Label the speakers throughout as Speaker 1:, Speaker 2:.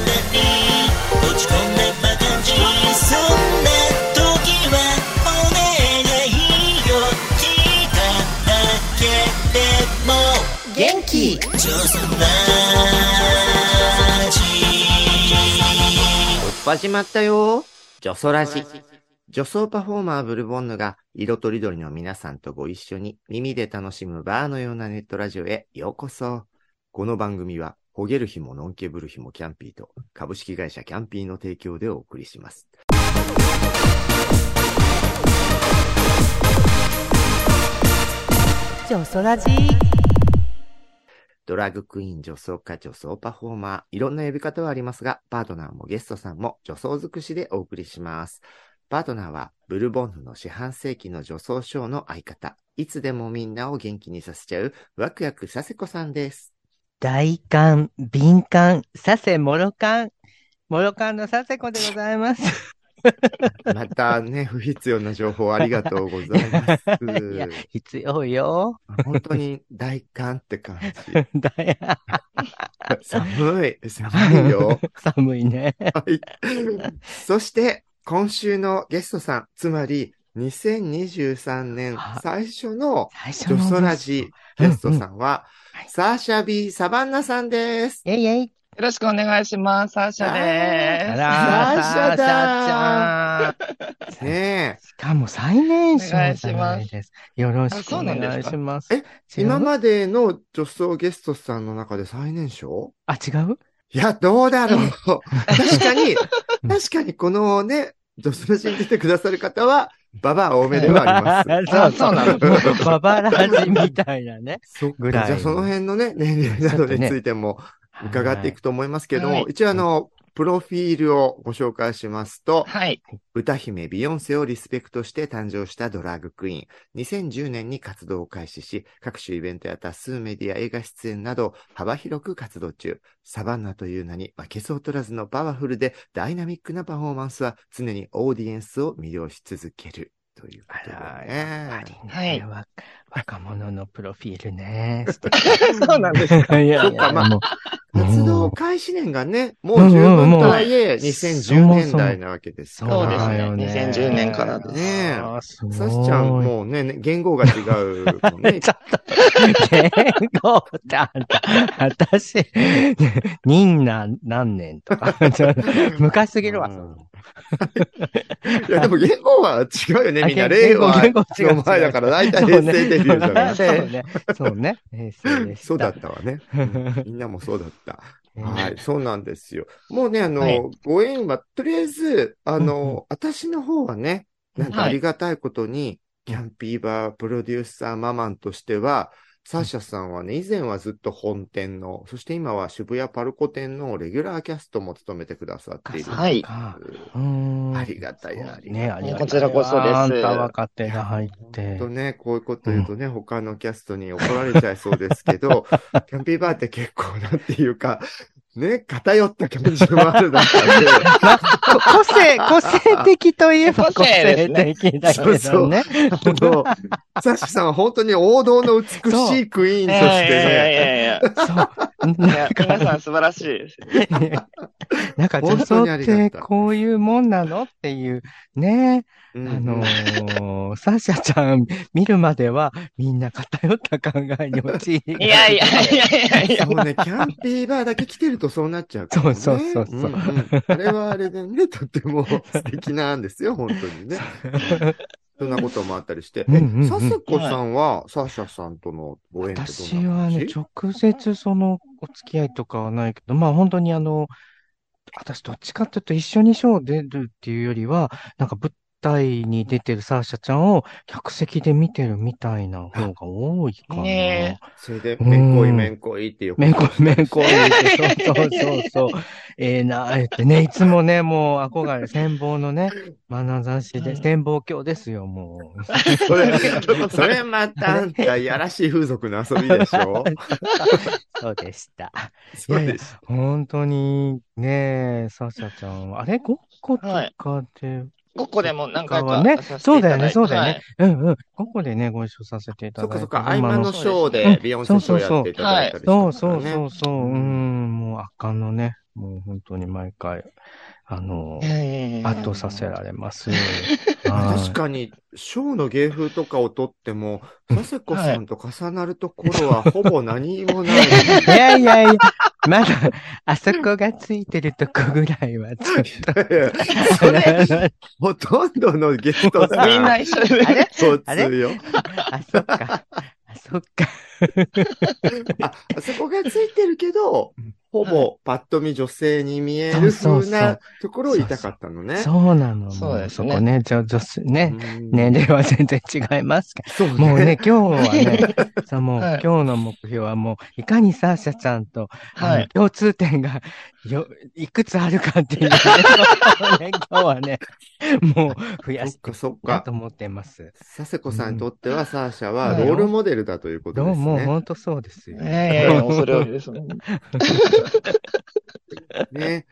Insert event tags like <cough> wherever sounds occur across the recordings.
Speaker 1: 落ち込んだバカンジそんな時はお願いよ聞いただけでも
Speaker 2: 元気
Speaker 1: ジョスラジ
Speaker 2: 始まったよ。女装ラジ。女装パフォーマーブルボンヌが色とりどりの皆さんとご一緒に耳で楽しむバーのようなネットラジオへようこそ。この番組は、ほげる日ものんけぶる日もキャンピーと株式会社キャンピーの提供でお送りします。
Speaker 3: 女そらじ
Speaker 2: ドラッグクイーン、女装家、女装パフォーマー、いろんな呼び方はありますが、パートナーもゲストさんも女装尽くしでお送りします。パートナーは、ブルボンヌの四半世紀の女装ショーの相方、いつでもみんなを元気にさせちゃう、ワクワクさせこさんです。
Speaker 3: 大寒、敏感、させ、もろかん。もろかんのさせこでございます。
Speaker 2: <laughs> またね、不必要な情報ありがとうございます。
Speaker 3: <laughs> いや、必要よ。
Speaker 2: 本当に大寒って感じ。
Speaker 3: <laughs> だい
Speaker 2: <laughs> 寒い、寒いよ。
Speaker 3: <laughs> 寒いね。
Speaker 2: はい。そして、今週のゲストさん、つまり、2023年最初の
Speaker 3: 最初
Speaker 2: 女
Speaker 3: の。
Speaker 2: 装ラジゲストさんは
Speaker 3: うんはい、
Speaker 2: サーシャ B サバンナさんです。
Speaker 3: えいえい。
Speaker 4: よろしくお願いします。サーシャで
Speaker 3: あ
Speaker 4: す。
Speaker 3: ら
Speaker 2: サー
Speaker 3: ー、
Speaker 2: シャだ
Speaker 3: サーシャちゃん。
Speaker 2: ね
Speaker 3: しかも最年
Speaker 4: お願
Speaker 3: 少
Speaker 4: い
Speaker 3: じゃ
Speaker 4: し
Speaker 3: な
Speaker 4: ま
Speaker 3: い
Speaker 4: す
Speaker 3: です。よろし
Speaker 4: あ
Speaker 3: く
Speaker 4: そ
Speaker 3: お
Speaker 4: うなんですか
Speaker 3: 願いします。
Speaker 2: ええ。今
Speaker 3: 違う
Speaker 2: までの女装ゲストさんの中で最年少
Speaker 3: あ、違う
Speaker 2: いや、どうだろう。確かに、
Speaker 3: うん
Speaker 2: 確かにこのね、女装ラジに出てくださる方は、ババア多めではありま
Speaker 3: <laughs>
Speaker 2: す。
Speaker 4: あそうなの
Speaker 3: もうババラジみたいなね。
Speaker 2: そっか
Speaker 3: ぐらい
Speaker 2: じゃあその辺のね、年齢などについても伺っていくと思いますけども、
Speaker 4: はい
Speaker 2: 一応あの、プロフィールをご紹介しますと、
Speaker 4: はい。
Speaker 2: 歌姫ビヨンセをリスペクトして誕生したドラァグクイーン。2010年に活動を開始し、各種イベントや多数メディア、映画出演など幅広く活動中。サバンナという名に負けず劣らずのパワフルでダイナミックなパフォーマンスは常にオーディエンスを魅了し続ける。ということで
Speaker 3: あら
Speaker 2: ね。
Speaker 4: はい
Speaker 3: ねわ若者のプロフィールね。
Speaker 4: そうなんです。
Speaker 3: いや
Speaker 2: そっかまあ
Speaker 3: もう
Speaker 2: 活動開始年がね、もう十分とはいえ、2010年代なわけですか
Speaker 3: ん
Speaker 4: そう
Speaker 2: ら。
Speaker 4: ですね。
Speaker 3: そうですね
Speaker 4: 2010年からです。
Speaker 2: ね
Speaker 3: あーすごい。
Speaker 2: さしちゃん、もうね、ね言語が違うもんね。
Speaker 3: ちょっと、 <laughs> 言語ってあんた、私、忍な何年
Speaker 2: <laughs>
Speaker 3: とか、ちょっと昔すぎるわ。
Speaker 2: うん <laughs> いや、でも言語は違うよね、みんな。
Speaker 3: あ
Speaker 2: 令
Speaker 3: 言語
Speaker 2: 和
Speaker 3: 言語違う
Speaker 2: の前だから、大体平成デビューじゃない。
Speaker 3: そうね。そうね。平成でした。
Speaker 2: そうだったわ
Speaker 3: <laughs>
Speaker 2: ね。うんみんなもそうだった。はい、そうなんですよ。もうね、あの、
Speaker 4: はい
Speaker 2: ご縁は、とりあえず、あ
Speaker 3: うんう
Speaker 2: の、私の方はね、なんか
Speaker 4: は
Speaker 2: あ
Speaker 4: い
Speaker 2: りがたいことに、キャンピーバープロデューサーママンとしては、サーシャさんはね、以前はずっと本店の、そして今は渋谷パルコ店のレギュラーキャストも務めてくださっている。
Speaker 4: は
Speaker 3: う
Speaker 4: い。
Speaker 3: か
Speaker 2: う
Speaker 3: うーん。
Speaker 2: んありがたい、ありがたい。
Speaker 3: ね、ありがたい。
Speaker 4: こちらこそです
Speaker 3: あんた若手が入っ
Speaker 2: ほん
Speaker 3: て
Speaker 2: と。ね、こういうこと言うとね、他のキャストに怒られちゃいそうですけ
Speaker 3: <laughs>
Speaker 2: ど、キャンピーバーって結構なんていうか、ね、偏った気持ちもある中で、
Speaker 3: 個性、個性的といえば個
Speaker 4: <laughs> 個性です
Speaker 3: 性
Speaker 4: ね
Speaker 3: 的だけどね。
Speaker 2: あ
Speaker 3: <laughs>
Speaker 2: の、サッシさんは本当に王道の美しいクイーンと
Speaker 4: い
Speaker 2: し
Speaker 4: やい
Speaker 2: て
Speaker 4: やい
Speaker 2: ね、
Speaker 4: やいや
Speaker 3: そう。
Speaker 4: い
Speaker 3: な
Speaker 4: や <laughs>
Speaker 3: ん
Speaker 4: 皆さ
Speaker 3: か、
Speaker 4: ん素晴らしいです。
Speaker 3: なんか女
Speaker 2: 本当にあ
Speaker 3: 装っ
Speaker 2: りがたい
Speaker 3: てこういうもんなのっていう、ね。
Speaker 2: うん
Speaker 3: あのー、サーシャちゃん見るまではみんな偏った考えに陥り。
Speaker 4: <laughs> いやいやいやいやいや。
Speaker 2: そうね、キャンピーバーだけ来てるとそうなっちゃうからね。
Speaker 3: そうそうそうそうん
Speaker 2: んあれはあれでね、とっても素敵なんですよ、本当にね。そんなこともあったりして。
Speaker 3: うん
Speaker 2: え
Speaker 3: うんう、ん
Speaker 2: サセコさんは、サーシャさんとのご縁ってどんな感じ
Speaker 3: 私はね、直接そのお付き合いとかはないけど、まあ本当にあの、私どっちかっていうと一緒にショー出るっていうよりは、なんか舞台に出てるサーシャちゃんを客席で見てるみたいな方が多いかな。
Speaker 4: ね
Speaker 2: それで、
Speaker 3: うん
Speaker 2: めんこいめんこいってよく
Speaker 3: めんこ、
Speaker 2: <laughs>
Speaker 3: めんこ言うて、そうそうそうそう。ええな、えってね、いつもね、もう憧れ、戦望のね、眼差しで、戦望鏡ですよ、もう。
Speaker 2: そ
Speaker 3: <laughs>
Speaker 2: れ、それまたあんた、やらしい風俗の遊びでし
Speaker 3: <laughs>
Speaker 2: ょ
Speaker 3: そうでした。
Speaker 2: そうです。
Speaker 3: 本当に、ねえ、サシャちゃんは、あれ、ごっことかで
Speaker 4: ここでも何回
Speaker 3: 他
Speaker 4: か
Speaker 3: はね
Speaker 4: させ
Speaker 3: そ
Speaker 4: て
Speaker 3: う
Speaker 4: いた
Speaker 3: だ
Speaker 4: だ
Speaker 3: よ
Speaker 4: い
Speaker 3: ね、
Speaker 4: て
Speaker 3: そうだよ
Speaker 4: は
Speaker 3: ね
Speaker 4: い。
Speaker 3: うんうん。ここでね、ご一緒させていた
Speaker 2: そっ
Speaker 3: だ
Speaker 2: か
Speaker 3: い
Speaker 2: そ
Speaker 3: て
Speaker 2: っか、合
Speaker 3: 今
Speaker 2: 間
Speaker 3: の
Speaker 2: のショーでビヨンセショーやっていただいたりして
Speaker 3: そう
Speaker 2: ましたか
Speaker 3: そ
Speaker 2: ら
Speaker 3: う
Speaker 2: ね。
Speaker 3: そうそう、う
Speaker 2: うん
Speaker 3: ん、もう圧巻のね、もう本当に毎回、あの、圧倒させられます。はい
Speaker 2: 確かに、ショーの芸風とかをとっても、佐世子さんと重なるところはほぼ何も
Speaker 3: <laughs>
Speaker 2: ない。
Speaker 3: いやいやいや、まだ、あそこがついてるとこぐらいは、ちょっと。
Speaker 2: それ、ほとんどのゲストさん、
Speaker 4: みんな一緒で。
Speaker 3: あれ
Speaker 2: そう
Speaker 3: あれ
Speaker 2: よ。
Speaker 3: あ、そっか。あ、そっか。
Speaker 2: あ、 <laughs> あそこがついてるけど、ほぼパッと見女性に見え
Speaker 3: そ
Speaker 2: る
Speaker 3: うそうそ
Speaker 2: 風
Speaker 3: う
Speaker 2: なところを言いたかったのね。
Speaker 3: そうなの。
Speaker 4: そうですね
Speaker 3: もそこね、ちょ、女性ね、
Speaker 2: うん
Speaker 3: 年齢は全然違いますけ
Speaker 2: そう
Speaker 3: ど。もうね、今日はね、さもう、
Speaker 4: はい
Speaker 3: 今日の目標はもう、いかにサーシャちゃんと、あ
Speaker 4: は
Speaker 3: の
Speaker 4: い。
Speaker 3: 共通点が、よ、いくつあるかっていうね、そうね今日はね、もう、増や
Speaker 2: そ
Speaker 3: し
Speaker 2: ってか
Speaker 3: いき
Speaker 2: そった
Speaker 3: い
Speaker 2: か
Speaker 3: と。思ってます。
Speaker 2: 佐世子さんにとっては、サーシャは
Speaker 4: はい
Speaker 2: ロールモデルだということ
Speaker 3: ど
Speaker 2: で
Speaker 3: う
Speaker 2: す
Speaker 3: も、
Speaker 2: ね。
Speaker 3: 本当そうですよ。
Speaker 4: いやいやいや、恐れ多いですね。
Speaker 2: ね。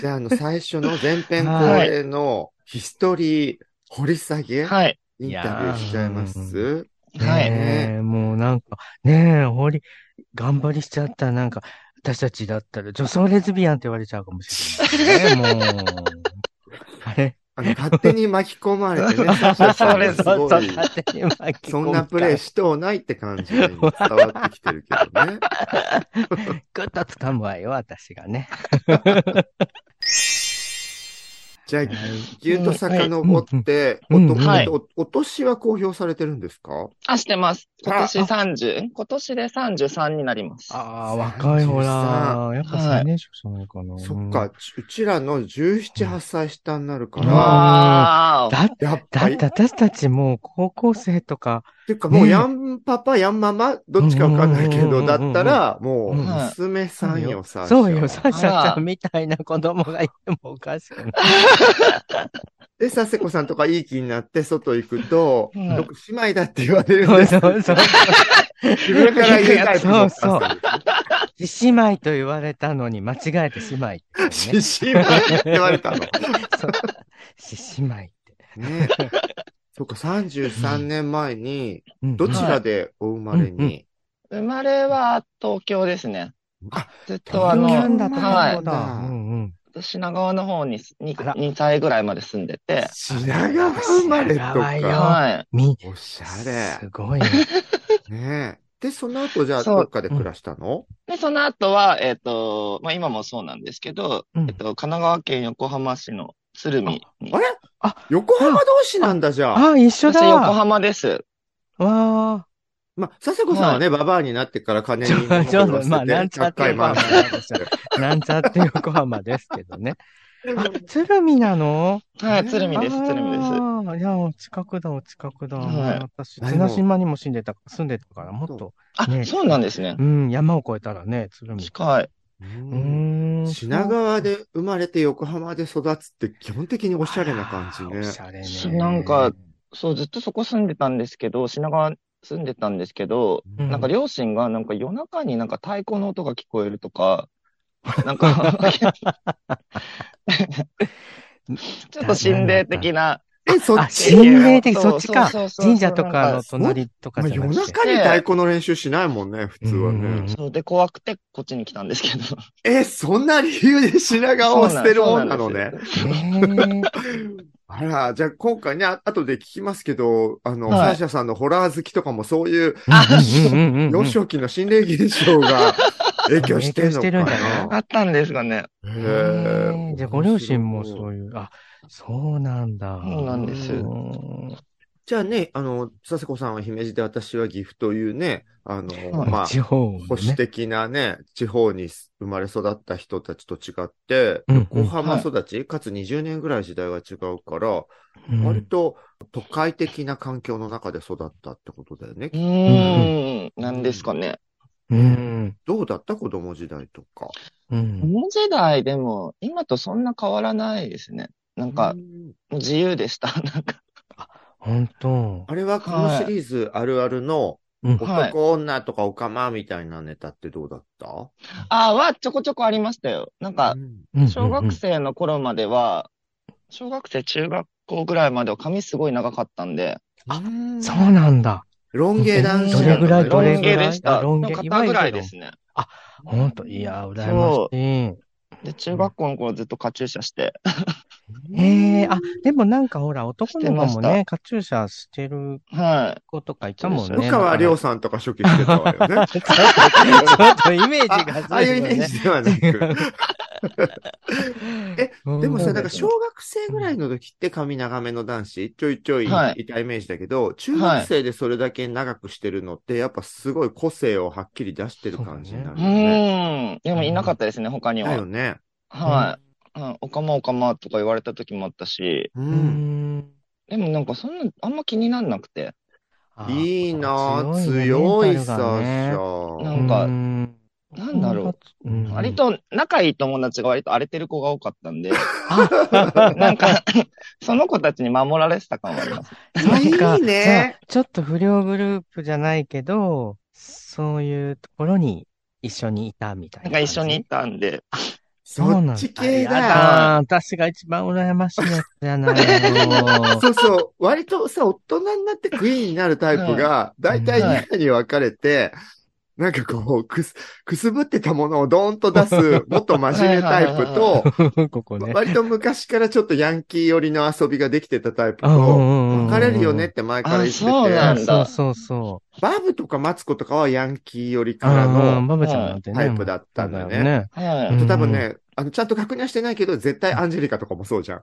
Speaker 2: じゃあ、あの、最初の前編後編のヒストリー掘り下げ、
Speaker 4: はい。
Speaker 2: インタビューしちゃいます
Speaker 4: はい。
Speaker 3: ねえもうなんか、ねえ、ほり、頑張りしちゃった、なんか、私たちだったら、女装レズビアンって言われちゃうかもしれない、ね。もう。あ <laughs> れ
Speaker 2: あの、勝手に巻き込まれ
Speaker 3: <laughs>
Speaker 2: てね、サーシャさ
Speaker 3: そ
Speaker 2: んが
Speaker 3: れ、
Speaker 2: す
Speaker 3: そう
Speaker 2: ご
Speaker 3: そう
Speaker 2: い、
Speaker 3: <laughs> 勝手に巻き込
Speaker 2: そ
Speaker 3: む
Speaker 2: んなプレイしとうないって感じに伝わってきてるけどね。
Speaker 3: ぐっと掴むわよ、私がね。
Speaker 2: じゃあ、ぎゅっと遡って、
Speaker 3: うん
Speaker 2: おと
Speaker 4: はい
Speaker 2: おお年は公表されてるんですか
Speaker 4: あ、してます。今年
Speaker 3: あ
Speaker 4: 30、今年で33になります。
Speaker 3: ああ、若いほら。やっぱ
Speaker 4: はい
Speaker 3: 最年少じゃないかな。
Speaker 2: そっか、うちらの17、8歳下になるか
Speaker 3: うん
Speaker 2: ら、
Speaker 4: わー
Speaker 3: だ。
Speaker 2: やっ
Speaker 3: だ
Speaker 2: ぱ
Speaker 3: っ
Speaker 2: り、って
Speaker 3: 私たちもう高校生とか、
Speaker 2: ていうかもう
Speaker 3: ねえ
Speaker 2: ヤンパパ、ヤンママ、どっちかわかんないけ
Speaker 3: うんうんうんう
Speaker 2: ど、
Speaker 3: ん
Speaker 2: だったら、もう
Speaker 3: うん
Speaker 2: 娘さんよ、さ
Speaker 3: そうよ、サ
Speaker 2: さ
Speaker 3: ーシャち
Speaker 4: あ
Speaker 3: ゃ
Speaker 4: ら
Speaker 3: んみたいな子供がいてもおかし <laughs> くない。
Speaker 2: で、佐世子さんとかいい気になって外行くと、
Speaker 4: うん
Speaker 2: よく姉妹だって言われるん
Speaker 3: そう
Speaker 2: です
Speaker 3: そ
Speaker 2: よ。
Speaker 3: うそう。
Speaker 2: 自分から言うタイプのお母さん
Speaker 3: そう姉妹と言われたのに間違えて姉妹って言うね、
Speaker 2: し <laughs> 姉妹って言われたの。
Speaker 3: そう獅子舞って。
Speaker 2: ねえ。そうか、33年前に、
Speaker 3: うん
Speaker 2: どちらでお生まれ
Speaker 3: うんうん
Speaker 2: に、
Speaker 4: 生まれは東京ですね。
Speaker 2: あ、
Speaker 4: ずっと
Speaker 3: 東
Speaker 4: あ
Speaker 3: 京
Speaker 2: 東
Speaker 3: な
Speaker 4: の
Speaker 3: ん、だった
Speaker 4: はい
Speaker 3: そうだ。うんうん。
Speaker 4: 品川の方に
Speaker 3: あら
Speaker 4: 2, 二歳ぐらいまで住んでて、
Speaker 2: 品川生まれと
Speaker 3: 品川
Speaker 2: か。
Speaker 3: よ
Speaker 4: はい。
Speaker 3: み、
Speaker 2: おしゃ
Speaker 3: す
Speaker 2: れ。
Speaker 3: ごいね。
Speaker 2: ねえ。で、その後、じゃあ、
Speaker 4: そう
Speaker 2: どっかで暮らしたの
Speaker 4: で、その後は、えっ、と、まあ、今もそうなんですけど、
Speaker 3: うん
Speaker 4: えっ、と、神奈川県横浜市の鶴見に
Speaker 2: あ。れ
Speaker 3: あ
Speaker 2: 横浜同士なんだ、じゃあ。
Speaker 3: あ、一緒
Speaker 4: 私
Speaker 3: だ。
Speaker 4: 横浜です。
Speaker 3: わあ。
Speaker 2: まあ、佐世子さんはね、ババアになってから金に
Speaker 3: ちょ、
Speaker 2: 物を
Speaker 3: ちょっと、まあ、
Speaker 2: 捨て
Speaker 3: な
Speaker 2: て
Speaker 3: んちゃって
Speaker 2: 100回
Speaker 3: 横浜
Speaker 2: 回
Speaker 3: なんですよ。なんちゃって横浜ですけどね。あ、鶴見なの
Speaker 4: はい、鶴見です、
Speaker 3: あー
Speaker 4: 鶴見です。
Speaker 3: いや、お近くだ、お近くだ。
Speaker 4: はい
Speaker 3: 私、綱島にも住んでた、住んでたから、もっと、
Speaker 4: あ、
Speaker 3: ね
Speaker 4: そうなんですね
Speaker 3: う。ん、山を越えたらね、鶴見。
Speaker 4: 近い。
Speaker 3: <laughs> う
Speaker 2: うん
Speaker 3: ーん。
Speaker 2: 品川で生まれて横浜で育つって基本的におしゃれな感じ
Speaker 3: あー
Speaker 2: ね
Speaker 3: お。しゃれね
Speaker 4: し。なんか、そう、ずっとそこ住んでたんですけど、品川住んでたんですけど、
Speaker 3: う
Speaker 4: なんか両親がなんか夜中になんか太鼓の音が聞こえるとか、なんか、ちょっと心霊的な。
Speaker 2: え、そ
Speaker 3: あ
Speaker 2: っち
Speaker 3: 心霊的、
Speaker 4: そう
Speaker 3: そっちか
Speaker 4: そう。そうそう
Speaker 3: 神社とかの隣とか
Speaker 2: まあ
Speaker 3: じゃな
Speaker 2: 夜
Speaker 3: くて。
Speaker 2: 中に太鼓の練習しないもんね、普通は
Speaker 3: うん
Speaker 2: ね。
Speaker 4: そうで、怖くてこっちに来たんですけど。
Speaker 2: え、そんな理由で品川を捨てるもんなのね。
Speaker 3: ねえ
Speaker 2: あら、じゃあ今回ね、あ後で聞きますけど、あの、
Speaker 4: はい
Speaker 2: サーシャさんのホラー好きとかもそういう
Speaker 3: うんうんうんうん
Speaker 2: 幼少期の心霊現象が影響してんのか
Speaker 3: 影響してるんだ
Speaker 4: あ
Speaker 2: な。
Speaker 4: ったんですかね。
Speaker 2: へ
Speaker 3: へえ
Speaker 2: え
Speaker 3: じゃあ、ご両親もそういう、あ、そうなんだ。
Speaker 4: そうなんです
Speaker 3: うん
Speaker 2: じゃあね、あの、佐世子さんは姫路で私は岐阜というね、あの、
Speaker 4: はい
Speaker 2: まあ、
Speaker 3: 地方
Speaker 2: 保守的なね、地方に生まれ育った人たちと違って、
Speaker 3: うんうん
Speaker 2: 横浜育ち、かつ20年ぐらい時代が違うから、
Speaker 3: うん
Speaker 2: 割と都会的な環境の中で育ったってことだよね。
Speaker 4: うーん、なんですかね。
Speaker 3: うん。
Speaker 2: どうだった子供時代とか。
Speaker 3: うん
Speaker 4: この時代でも、今とそんな変わらないですね。なんか、もう自由でした。 <laughs> なんか、
Speaker 3: 本当。
Speaker 2: あれはこのシリーズあるあるの、
Speaker 3: うん
Speaker 4: はい
Speaker 2: 男女とかおかまみたいなネタってどうだった
Speaker 4: ああ、はちょこちょこありましたよ。なんか
Speaker 2: う、ん
Speaker 3: うん
Speaker 4: 小学生の頃までは、小学生、中学校ぐらいまでは髪すごい長かったんで、
Speaker 3: そうなんだ。
Speaker 2: ロン毛男子
Speaker 3: どれぐらいど
Speaker 4: ロ
Speaker 3: れ
Speaker 4: ン
Speaker 3: ぐらい
Speaker 4: 毛でした。
Speaker 3: ロン
Speaker 4: の
Speaker 3: 毛
Speaker 4: 肩ぐらいですね。
Speaker 3: ほんと、いや、羨ましい。
Speaker 4: で、中学校の頃ずっとカチューシャして、
Speaker 3: ええあ、でもなんかほら、男の
Speaker 4: して
Speaker 3: 子も
Speaker 4: まし
Speaker 3: ね、カチューシャしてる
Speaker 4: はい。
Speaker 3: 子とかいたもん
Speaker 4: そ
Speaker 3: ね。
Speaker 4: う
Speaker 2: 部下はりょう
Speaker 3: さ
Speaker 2: さんとか初期してたわよね。
Speaker 3: ちょっとイメージ
Speaker 2: あ
Speaker 3: が
Speaker 2: ああいうイメージではなく。えでも
Speaker 3: う
Speaker 2: さ、
Speaker 3: ん
Speaker 2: なんか小学生ぐらいの時って髪長めの男子ちょいちょい
Speaker 4: はい
Speaker 2: いたイメージだけど、中学生でそれだけ長くしてるのってやっぱすごい個性をはっきり出してる感じにな
Speaker 4: う
Speaker 2: るよね。
Speaker 4: ーん。でもいなかったですね、他に
Speaker 2: だよ
Speaker 4: は。
Speaker 2: ね。
Speaker 4: はい。うんおかまおかまとか言われた時もあったし、
Speaker 2: う。
Speaker 3: うんん。
Speaker 4: でもなんかそんな、あんま気になんなくて、
Speaker 3: あー
Speaker 2: いいなぁ強
Speaker 3: 強い
Speaker 2: い
Speaker 3: ねメンタ
Speaker 2: さ、
Speaker 3: ルがね
Speaker 4: な
Speaker 2: さ
Speaker 4: んか
Speaker 3: うん
Speaker 4: なんだろ
Speaker 3: うん
Speaker 4: 割と仲いい友達が割と荒れてる子が多かったんで、
Speaker 3: あ
Speaker 4: <laughs> なんか、その子たちに守られてた感はあります。
Speaker 3: なんか、
Speaker 2: いいね
Speaker 3: そうちょっと不良グループじゃないけど、そういうところに一緒にいたみたい
Speaker 4: な
Speaker 3: なん
Speaker 4: か
Speaker 3: 感
Speaker 4: 一
Speaker 3: じ。
Speaker 4: 緒に行ったんで、
Speaker 3: そうなん
Speaker 2: そ
Speaker 3: だ
Speaker 2: っち系
Speaker 4: あや
Speaker 2: だ
Speaker 4: だ。
Speaker 3: ああ、私が一番羨ましいやつじゃない <laughs> の。
Speaker 2: そうそう。割とさ、大人になってクイーンになるタイプが、大体2派に分かれて、なんかこう、くす、くすぶってたものをドーンと出す、もっと真面目タイプと、
Speaker 3: ここね。
Speaker 2: 割と昔からちょっとヤンキー寄りの遊びができてたタイプ
Speaker 3: うんうん
Speaker 2: と、
Speaker 3: うんうん
Speaker 2: 分かれるよねって前から言ってて、
Speaker 4: あそうなんだ
Speaker 3: そうそうそ
Speaker 2: バブとかマツコとかはヤンキー寄り
Speaker 3: う。
Speaker 2: から
Speaker 3: うん、
Speaker 2: の
Speaker 3: バブちゃんなんてね。
Speaker 2: タイプだったんだよね。
Speaker 4: は
Speaker 2: あ
Speaker 4: い。
Speaker 2: と多分ね、あの、ちゃんと確認はしてないけど、絶対アンジェリカとかもそうじゃん。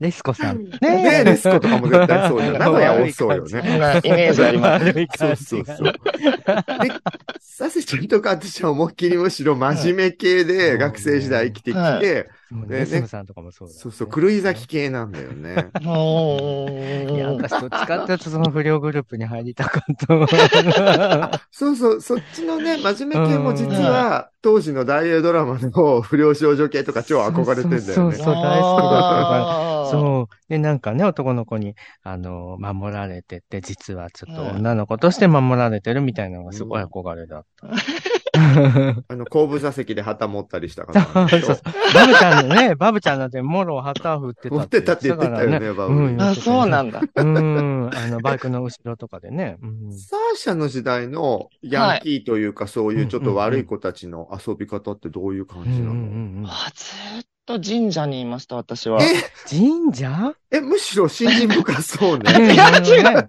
Speaker 3: レスコさん。ね
Speaker 2: ねえ、デスコとかも絶対そうじゃん。名古屋
Speaker 3: <laughs> 悪
Speaker 2: 多
Speaker 3: い
Speaker 2: そうよ
Speaker 3: 感じ
Speaker 2: ね。
Speaker 4: そ <laughs> んなイメージあり
Speaker 3: <laughs>
Speaker 4: ます。
Speaker 3: 悪い
Speaker 2: そ
Speaker 3: 感
Speaker 2: う
Speaker 3: じ
Speaker 2: そ
Speaker 3: が
Speaker 2: うそう。で、サセちゃんとか私は思いっきりむしろ真面目系
Speaker 3: は
Speaker 2: で
Speaker 3: い
Speaker 2: 学生時代生きてき
Speaker 4: は
Speaker 2: て、
Speaker 3: そう
Speaker 2: ね
Speaker 3: ね、スムさんとかもそうだよね。
Speaker 2: そうそう、狂い咲き系なんだよね。
Speaker 4: うん
Speaker 3: いや、私どっちかっていうとその不良グループに入りたかった。
Speaker 2: そうそう、そっちのね、真面目系も実は、当時の大映ドラマの不良少女系とか超憧れてんだよね。
Speaker 3: そうそうそう大好きだったから
Speaker 4: あー
Speaker 3: そう。で、なんかね、男の子に、あの、守られてて、実はちょっと女の子として守られてるみたいなのがすごい憧れだ
Speaker 4: <laughs>
Speaker 3: った。
Speaker 2: あの、後部座席で旗持ったりしたから。
Speaker 3: そうそうバブちゃんのね、 <laughs> バブちゃんなんてもろ旗振ってた
Speaker 2: 持ってたって言ってたよ
Speaker 3: 言
Speaker 2: ね、
Speaker 3: って
Speaker 2: バ
Speaker 3: う
Speaker 2: ブ
Speaker 3: ん。
Speaker 4: あ、そうなんだ。
Speaker 3: たからね。うん。あの、バイクの後ろとかでね。うん。
Speaker 2: サーシャの時代のヤンキーというか、そういうちょっと悪い子たちの遊び方ってどういう感
Speaker 3: うんう
Speaker 2: じなの、
Speaker 3: んうんうん
Speaker 4: あずーっと神社にいました、私は。
Speaker 2: え
Speaker 3: 神社
Speaker 2: え、むしろ信心
Speaker 3: <laughs>
Speaker 2: 深そうね。
Speaker 3: い
Speaker 4: や違う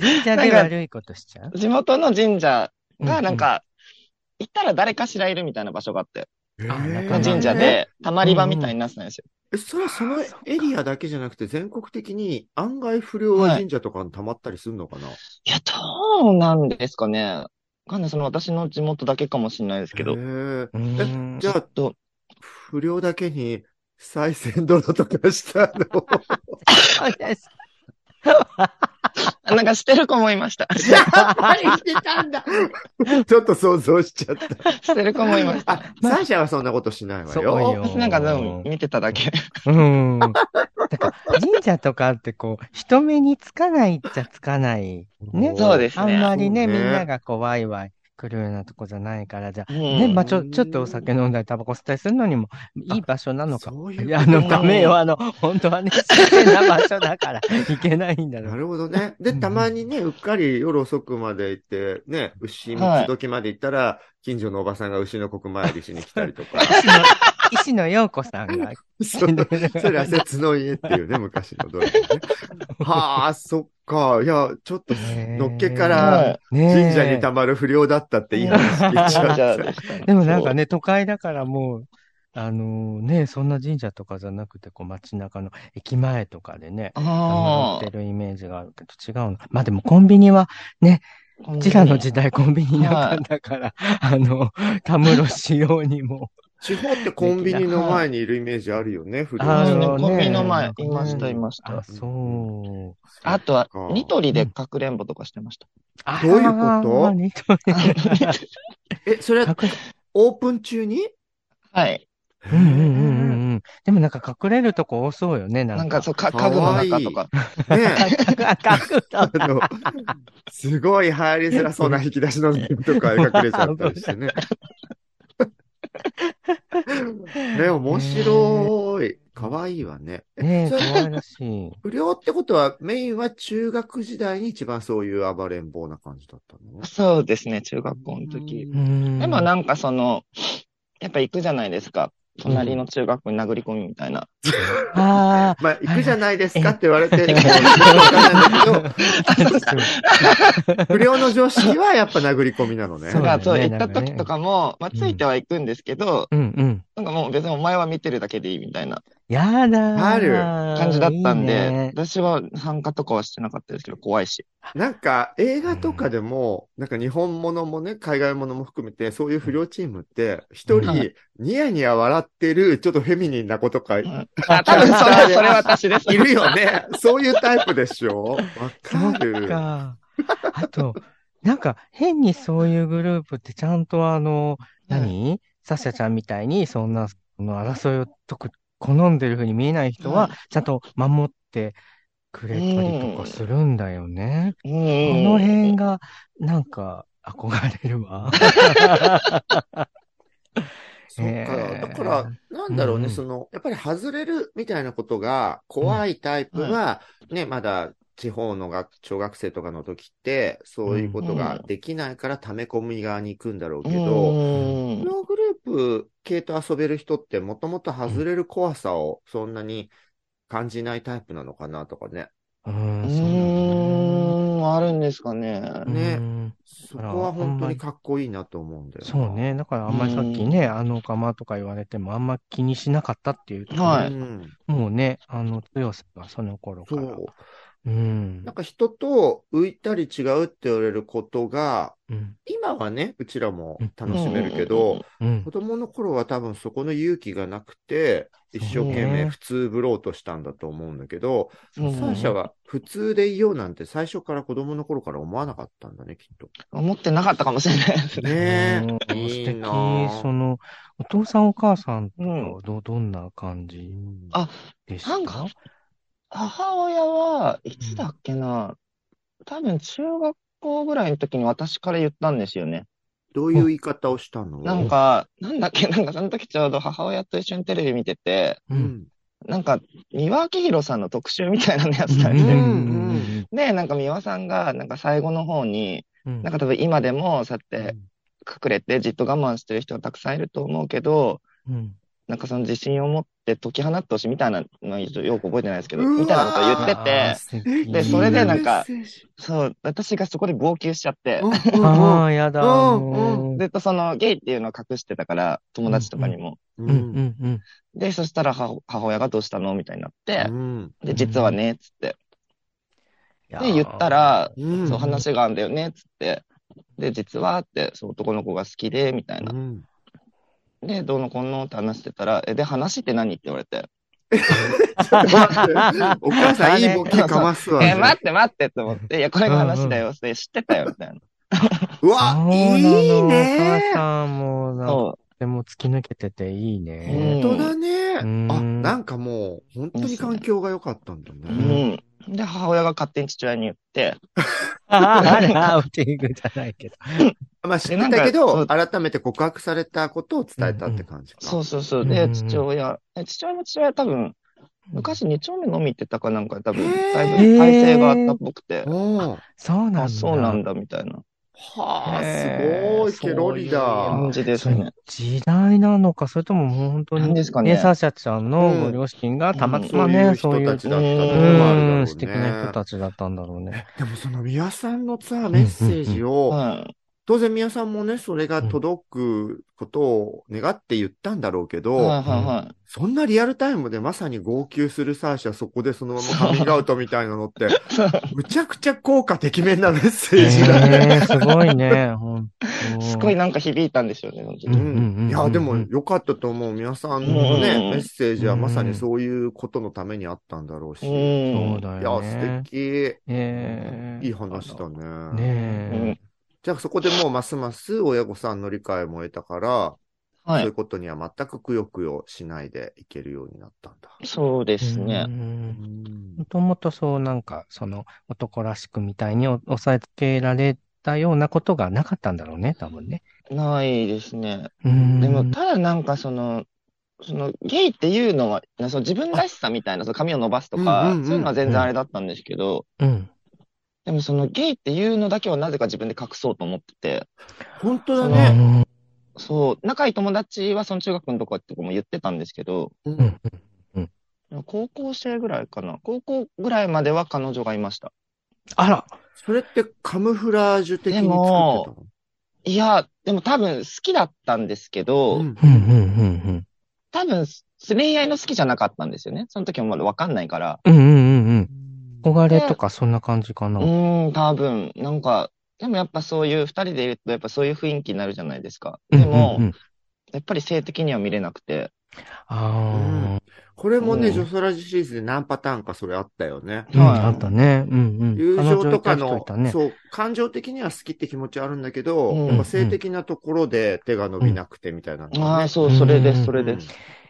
Speaker 3: 神社で悪いことしちゃう
Speaker 4: 地元の神社が、なん
Speaker 3: う
Speaker 4: か、行ったら誰かしらいるみたいな場所があって、
Speaker 3: あなんか
Speaker 4: の神社で、たまり場みたいになってたんですよ。
Speaker 2: え。それはそのエリアだけじゃなくて、全国的に案外不良は神社とかに溜まったりするのかな、
Speaker 4: いや、どうなんですかね。わかんない、その私の地元だけかもしれないですけ
Speaker 2: へ
Speaker 4: ど。
Speaker 2: ー
Speaker 3: うん
Speaker 2: じゃあ、
Speaker 4: と、
Speaker 2: 不良だけに再銭泥とかした
Speaker 3: <laughs>
Speaker 2: の
Speaker 3: そうです。
Speaker 4: なんかしてる子もいま
Speaker 3: <laughs>
Speaker 4: した。
Speaker 2: やっぱりしてたんだちょっと想像しちゃった。
Speaker 4: してる子もいま
Speaker 3: <laughs>
Speaker 4: した。
Speaker 2: あ、サーシャはそんなことしないわ
Speaker 3: そう
Speaker 2: よ。
Speaker 3: よ
Speaker 4: 私なんかでも見てただけ。
Speaker 3: うん。だから神社とかってこう、人目につかないっちゃつかない。ね。
Speaker 4: そうです
Speaker 3: あ
Speaker 4: ね。
Speaker 3: んまりね、
Speaker 2: そう
Speaker 3: み
Speaker 2: ね
Speaker 3: んながこう、ワイワイ来るようなとこじゃないから、じゃあ。
Speaker 4: うん
Speaker 3: ね、まあ、ちょ、ちょっとお酒飲んだり、タバコ吸ったりするのにも、いい場所なのか。
Speaker 2: そういうこと
Speaker 3: いや、あの、ダメよ、あの、本当はね、危険な場所だから、いけないんだろ
Speaker 2: な
Speaker 3: う。
Speaker 2: るほどね。で、たまにね、うっかり夜遅くまで行って、ね、牛三つ時まで行ったら、近所のおばさんが牛の国参りしに来たりとか。
Speaker 3: 石野、石野陽子さんが。
Speaker 2: <laughs> そうそれ、アセツの家っていうね、昔のドラマね。はあ、そっか。いや、ちょっと、
Speaker 3: ねえ
Speaker 2: のっけか
Speaker 4: は
Speaker 2: ら
Speaker 4: い、
Speaker 3: <laughs> ねえ
Speaker 2: 神社にたまる不良だったっていい話聞いちゃ
Speaker 4: 神
Speaker 2: っ
Speaker 4: 社
Speaker 2: た。
Speaker 4: でしたね
Speaker 3: でもなんかね、都会だからもう、あのね、そんな神社とかじゃなくて、こう街中の駅前とかでね、あの
Speaker 4: あ
Speaker 3: 売ってるイメージがあるけど違うの。まあでもコンビニは、
Speaker 4: あ。
Speaker 3: うちらの時代コンビニなかったから、あの、たむろしように
Speaker 2: <laughs>
Speaker 3: も。
Speaker 2: 地方ってコンビニの前にいるイメージあるよね、不良。
Speaker 3: あのね
Speaker 4: コンビニの前、
Speaker 3: うん
Speaker 4: いました、いまし
Speaker 3: あ、
Speaker 4: た。
Speaker 3: そう。
Speaker 4: あとは
Speaker 2: そっ、か
Speaker 4: ニトリでかくれんぼとかしてました。
Speaker 3: あ
Speaker 2: どういうこと
Speaker 3: ーニトリ
Speaker 2: え、それはオープン中に
Speaker 4: <laughs> はい。
Speaker 3: うんうんうんうんうん。でもなんか隠れるとこ多そうよね、なんか。
Speaker 4: なんか、そう、か、
Speaker 2: か
Speaker 4: 家具の
Speaker 2: わいい
Speaker 4: 中とか。
Speaker 2: ねえ
Speaker 3: 隠れた。
Speaker 2: あの、すごい入りづ
Speaker 3: <laughs>
Speaker 2: らそうな引き出しのゲームとか隠れちゃったりしてね。ね、面白い。可愛いわね。
Speaker 3: ねえ、
Speaker 2: それ
Speaker 3: 可愛らしい。
Speaker 2: 不良ってことは、メインは中学時代に一番そういう暴れん坊な感じだった
Speaker 3: <laughs>
Speaker 2: の
Speaker 4: そうですね、中学校の時。
Speaker 3: うーん。
Speaker 4: でもなんかその、やっぱ行くじゃないですか。隣の中学校に殴り込みみたいな。
Speaker 3: あ
Speaker 2: まあ、行くじゃないですかって言われて、
Speaker 3: <laughs>
Speaker 2: も
Speaker 3: い
Speaker 2: うわかんないんだ
Speaker 3: あ、
Speaker 2: け
Speaker 3: <laughs>
Speaker 2: ど、不良の常識はやっぱ殴り込みなのね
Speaker 3: そ
Speaker 4: な。
Speaker 3: うんだよ
Speaker 4: かそ
Speaker 3: ね
Speaker 4: う行
Speaker 3: な
Speaker 4: っ
Speaker 3: ん
Speaker 4: た
Speaker 3: かね
Speaker 4: 時とかも、まあついては行くんですけど、
Speaker 3: うんうん。
Speaker 4: なんかもう別にお前は見てるだけでいいみたいな
Speaker 3: やだー。
Speaker 2: ある
Speaker 4: 感じだったん
Speaker 3: いい
Speaker 4: で
Speaker 3: ね、
Speaker 4: 私は参加とかはしてなかったですけど、怖いし。
Speaker 2: なんか、映画とかでも、なんか日本ものもね、海外ものも含めて、そういう不良チームって、一
Speaker 3: は
Speaker 2: 人、ニヤニヤ笑ってる、ちょっとフェミニンな子とか、い
Speaker 4: あ、多分それ、それ私です。
Speaker 2: るよね。そういうタイプでしょわ
Speaker 3: そ
Speaker 2: か
Speaker 3: っ
Speaker 2: る。
Speaker 3: か。あと、なんか変にそういうグループってちゃんとあの、何サッシャちゃんみたいにそんな、この争いをとく、好んでる風に見えない人
Speaker 4: う
Speaker 3: は
Speaker 4: ん、
Speaker 3: ちゃんと守ってくれたりとかするんだよね。
Speaker 4: こ
Speaker 3: こ
Speaker 4: の
Speaker 3: の辺が、なんか、憧れ
Speaker 4: <laughs>
Speaker 3: るわ。
Speaker 2: そっか。
Speaker 3: えー
Speaker 2: だから、なんだろうね、
Speaker 3: うんうん
Speaker 2: その、やっぱり外れるみたいなことが怖いタイプは、ね、まだ地方のが小学生とかの時って、そういうことができないから溜め込み側に行くんだろうけど、
Speaker 4: うん
Speaker 2: プログループ系と遊べる人ってもともと外れる怖さをそんなに感じないタイプなのかなとかね。
Speaker 3: うん、
Speaker 4: う
Speaker 3: そうなんだね
Speaker 4: ーん、あるんですかね。
Speaker 2: ね
Speaker 3: うん
Speaker 2: そこは本当にかっこいいなと思うんだよな
Speaker 3: そう。ね。だからあんまりさっきね、あのかまとか言われてもあんま気にしなかったっていうところ
Speaker 4: はい
Speaker 2: うん
Speaker 3: もうね、あの強さがその頃
Speaker 2: そ
Speaker 3: から。
Speaker 2: う。
Speaker 3: うん
Speaker 2: なん。か人と浮いたり違うって言われることが、
Speaker 3: うん。
Speaker 2: 今はね、うちらも楽しめるけど、
Speaker 3: うん
Speaker 2: 子。供の頃は多分そこの勇気がなくて、一生懸命普通ぶろうとしたんだと思うんだけど、
Speaker 4: うん、うん
Speaker 2: サーシャは普通でいようなんて最初から子供の頃から思わなかったんだね、きっと。
Speaker 4: 思ってなかったかもしれないですね。
Speaker 2: ね
Speaker 3: う
Speaker 2: え。
Speaker 3: ん素
Speaker 2: いい
Speaker 3: 敵。
Speaker 2: なあ
Speaker 3: その、お父さんお母さんとか
Speaker 4: うん
Speaker 3: はど、どんな感
Speaker 2: う
Speaker 3: じ
Speaker 2: ん
Speaker 4: あ
Speaker 3: でし
Speaker 4: なん
Speaker 3: た
Speaker 4: か母親はいつだっけな、多分中学校ぐらいの時に私から言ったんですよね。
Speaker 2: どういう言い方をしたの
Speaker 4: なん、か、なんだっけ、なんかその時ちょうど母親と一緒にテレビ見てて、
Speaker 3: う。
Speaker 2: うんん。
Speaker 4: なんか、三輪明宏さんの特集みたいなのや
Speaker 3: う
Speaker 4: つだ
Speaker 2: う
Speaker 4: ね。
Speaker 2: ん
Speaker 3: ん
Speaker 4: で、なんか三輪さんが、なんか最後の方に、
Speaker 3: うん
Speaker 4: なんか多分今でもそうやって隠れてじっと我慢してる人がたくさんいると思うけど、
Speaker 3: うん
Speaker 4: なんかその自信を持って解き放ってほしいみたいなのよく覚えてないですけど、
Speaker 2: うわー
Speaker 4: みたいなことを言って
Speaker 3: あー
Speaker 4: て、
Speaker 3: 素敵
Speaker 4: でそれでなんか
Speaker 2: いいメッセージ
Speaker 4: そう、私がそこで号泣しちゃって
Speaker 2: う、んうん
Speaker 3: ああ、やだ。
Speaker 2: うん
Speaker 3: もう
Speaker 4: ずっとそのゲイっていうのを隠してたから、友達とかにも。
Speaker 2: う
Speaker 3: うん
Speaker 2: ん
Speaker 3: うんうん。
Speaker 4: で、そしたら母母親がどうしたのみたいになって
Speaker 2: う、ん
Speaker 4: で、実はね、つって。
Speaker 3: いやー
Speaker 4: で、言った、ら、
Speaker 2: うん
Speaker 4: そう、話があるんだよね、つって。で、実はって、そう、男の子が好きで、みたいな
Speaker 2: う。ん
Speaker 4: で、どうのこうのって話してたら、え、で、話って何って言われ
Speaker 2: <laughs>
Speaker 4: て。 <laughs>
Speaker 2: ちょっと待ってお母さんいいボケかますわ。
Speaker 4: え、待って待ってって思って、いや、これが話だよ。で、知ってたよ、みたいな。
Speaker 2: う
Speaker 3: あ
Speaker 2: わ、
Speaker 3: ー
Speaker 2: いい
Speaker 3: お
Speaker 2: ね
Speaker 3: 母。さんも、なんか
Speaker 4: そう。
Speaker 3: でも突き抜けてていいね。
Speaker 2: 本当だね。
Speaker 3: うん
Speaker 2: あ、なんかもう、本当に環境が良かったんだね。
Speaker 4: うん。で、母親が勝手に父親に言って、
Speaker 3: あ <laughs> あ、あれ、アウティングじゃないけど。
Speaker 2: まあ知ってたけ
Speaker 4: な
Speaker 2: ど、
Speaker 4: んか
Speaker 2: 改めて告白されたことを伝えたって感じか。
Speaker 4: そうそうそう。
Speaker 3: うんうんう
Speaker 4: で、
Speaker 3: ん
Speaker 4: 父親、え父親も父親多分、昔二丁目飲み行ってたかなんかで多分
Speaker 2: へー、
Speaker 4: だいぶ体制があったっぽくて、
Speaker 2: おー
Speaker 3: そうなんだ。
Speaker 4: あ、そうなんだみたいな
Speaker 2: はあ、す
Speaker 3: へ
Speaker 2: ご
Speaker 3: ー
Speaker 2: い、ケロリだ。
Speaker 4: 感じですね。
Speaker 3: 時代なのか、それとももう本当
Speaker 4: なん
Speaker 3: に、
Speaker 4: ですかね
Speaker 3: サーシャちゃんのご両親がたまた
Speaker 2: そ
Speaker 3: ま
Speaker 2: う
Speaker 3: ね、
Speaker 2: いう
Speaker 3: そう
Speaker 2: 人
Speaker 3: いう、
Speaker 2: たちだった
Speaker 3: う
Speaker 2: のもあるだろう
Speaker 3: ー
Speaker 2: ね。
Speaker 3: ん、素敵な人たちだったんだろ
Speaker 2: <laughs>
Speaker 3: うね。
Speaker 2: でもその宮さんのさ、メッセージを、
Speaker 4: はい。
Speaker 2: 当然宮さんもね、それが届くことを願って言ったんだろうけ
Speaker 4: はい
Speaker 2: ど、
Speaker 4: はいはい。
Speaker 2: そんなリアルタイムでまさに号泣するサーシャ、そこでそのままカミングアウトみたいなの <laughs> って、むちゃくちゃ効果てきめんなメッセージだね。
Speaker 3: えー、すごいね、ほんと。
Speaker 4: <laughs> すごいなんか響いたんでしょうね、本当
Speaker 2: う
Speaker 4: に。
Speaker 2: んいや、でも良かったと思う。皆さんのね、
Speaker 4: うん
Speaker 2: メッセージはまさにそういうことのためにあったんだろうし。い
Speaker 4: うん。
Speaker 3: そうだ
Speaker 2: や素
Speaker 3: よ、ね。
Speaker 2: 敵。
Speaker 3: えー
Speaker 2: いい話だね。
Speaker 4: う
Speaker 3: ね
Speaker 4: ん
Speaker 2: じゃあそこでもうますます親御さんの理解も得たから、
Speaker 4: は
Speaker 2: そういう
Speaker 4: い。
Speaker 2: ことには全くくよくよしないでいけるようになったんだ。
Speaker 4: そうで
Speaker 3: え。
Speaker 4: すね
Speaker 3: う。ん
Speaker 2: うん
Speaker 3: もともとそう、なんか、その、男らしくみたいにお抑えつけられたようなことがなかったんだろうね、多分ね。
Speaker 4: ないですね。
Speaker 3: うーん。
Speaker 4: でも、ただなんかその、そのゲイっていうのは、なその自分らしさみたいな、その髪を伸ばすとか、
Speaker 2: うんうんうん
Speaker 4: そういうのは全然あれだったんですけど、
Speaker 3: うん。
Speaker 4: でもそのゲイっていうのだけはなぜか自分で隠そうと思ってて、
Speaker 2: 本当だ
Speaker 3: う
Speaker 2: ね。
Speaker 3: ん。
Speaker 4: そう、仲いい友達はその中学のとこって子も言ってたんですけど、
Speaker 2: うん
Speaker 3: うん。
Speaker 4: 高校生ぐらいかな。高校ぐらいまでは彼女がいました。
Speaker 3: あら、
Speaker 2: それってカムフラージュ的に作ってたの
Speaker 4: いや、でも多分好きだったんですけど、
Speaker 2: うん
Speaker 3: うん、うん、うん、
Speaker 4: 多分恋愛の好きじゃなかったんですよね。その時はまだわかんないから。
Speaker 3: うん。うん、うん、うん、うん。憧れとか、そんな感じかな。
Speaker 4: うーん、多分、なんか、でもやっぱそういう、二人でいるとやっぱそういう雰囲気になるじゃないですか。でも、
Speaker 3: うんうんうん、
Speaker 4: やっぱり性的には見れなくて。
Speaker 3: あ
Speaker 2: これもね、
Speaker 4: うん
Speaker 2: ジョソラジシリーズで何パターンかそれあったよね。
Speaker 3: あ、うん、
Speaker 4: はい
Speaker 3: あったね。うんうん。
Speaker 2: 友情とか
Speaker 3: 彼女
Speaker 2: の
Speaker 3: いた人いた、ね。
Speaker 2: そう、感情的には好きって気持ちはあるんだけど、
Speaker 4: うん
Speaker 2: やっぱ性的なところで手が伸びなくてみたいなのがね、
Speaker 4: ああ、そうう、
Speaker 3: ん
Speaker 4: それです、それです。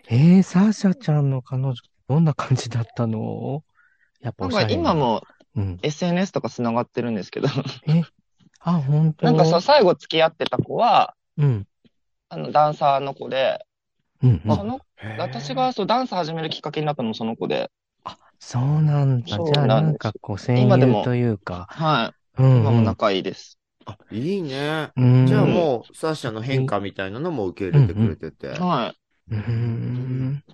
Speaker 3: えー、サーシャちゃんの彼女、どんな感じだったのやっ
Speaker 4: な
Speaker 3: ぱお
Speaker 4: ん
Speaker 3: しゃ
Speaker 4: か
Speaker 3: れな
Speaker 4: 今。も
Speaker 3: うん。
Speaker 4: SNS とか繋がってるんです
Speaker 3: <laughs>
Speaker 4: けど、
Speaker 3: あ、本当
Speaker 4: なんかさ、最後付き合ってた子は、
Speaker 3: うん。
Speaker 4: あの、ダンサーの子で、
Speaker 3: うん、う
Speaker 4: そ
Speaker 3: ん。
Speaker 4: の、
Speaker 2: へえ
Speaker 4: 私がそう、ダンス始めるきっかけになったのもその子で、
Speaker 3: そうなんだ。
Speaker 4: そう
Speaker 3: じゃあ、
Speaker 4: なんです
Speaker 3: なんかこう、戦
Speaker 4: 今でも
Speaker 3: 友というか。
Speaker 4: は
Speaker 3: う
Speaker 4: い。
Speaker 3: ん、
Speaker 4: 今
Speaker 3: う
Speaker 4: も
Speaker 3: ん。
Speaker 4: 仲いいです。
Speaker 2: あいいね。
Speaker 3: うん
Speaker 2: じゃあもう、サーシャの変化みたいなのも受け入れてくれてて。
Speaker 4: は
Speaker 3: うん。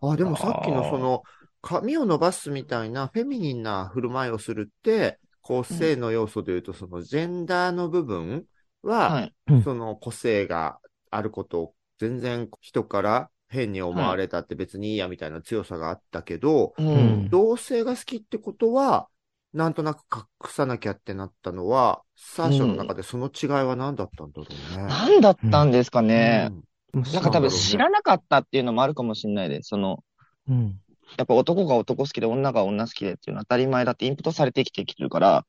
Speaker 2: あ、でもさっきのその、髪を伸ばすみたいなフェミニンな振る舞いをするって、こう、性の要素で言うと、そのジェンダーの部分
Speaker 4: い。
Speaker 2: は、
Speaker 4: はい。
Speaker 3: うん
Speaker 2: その個性があることを全然人から変に思われたって別にいいやみたいな強さがあったけど、
Speaker 4: う。
Speaker 3: うんん。
Speaker 2: 同性が好きってことは、なんとなく隠さなきゃってなったのは、サーシャの中でその違いは何だったんだろうね。
Speaker 4: なんだったんですかね
Speaker 2: う。ん
Speaker 4: なんか多
Speaker 2: なんだろ
Speaker 4: 分
Speaker 2: うね
Speaker 4: 知らなかったっていうのもあるかもしれないです。その、
Speaker 3: うん。
Speaker 4: やっぱ男が男好きで女が女好きでっていうのは当たり前だってインプットされて生きてきてるから、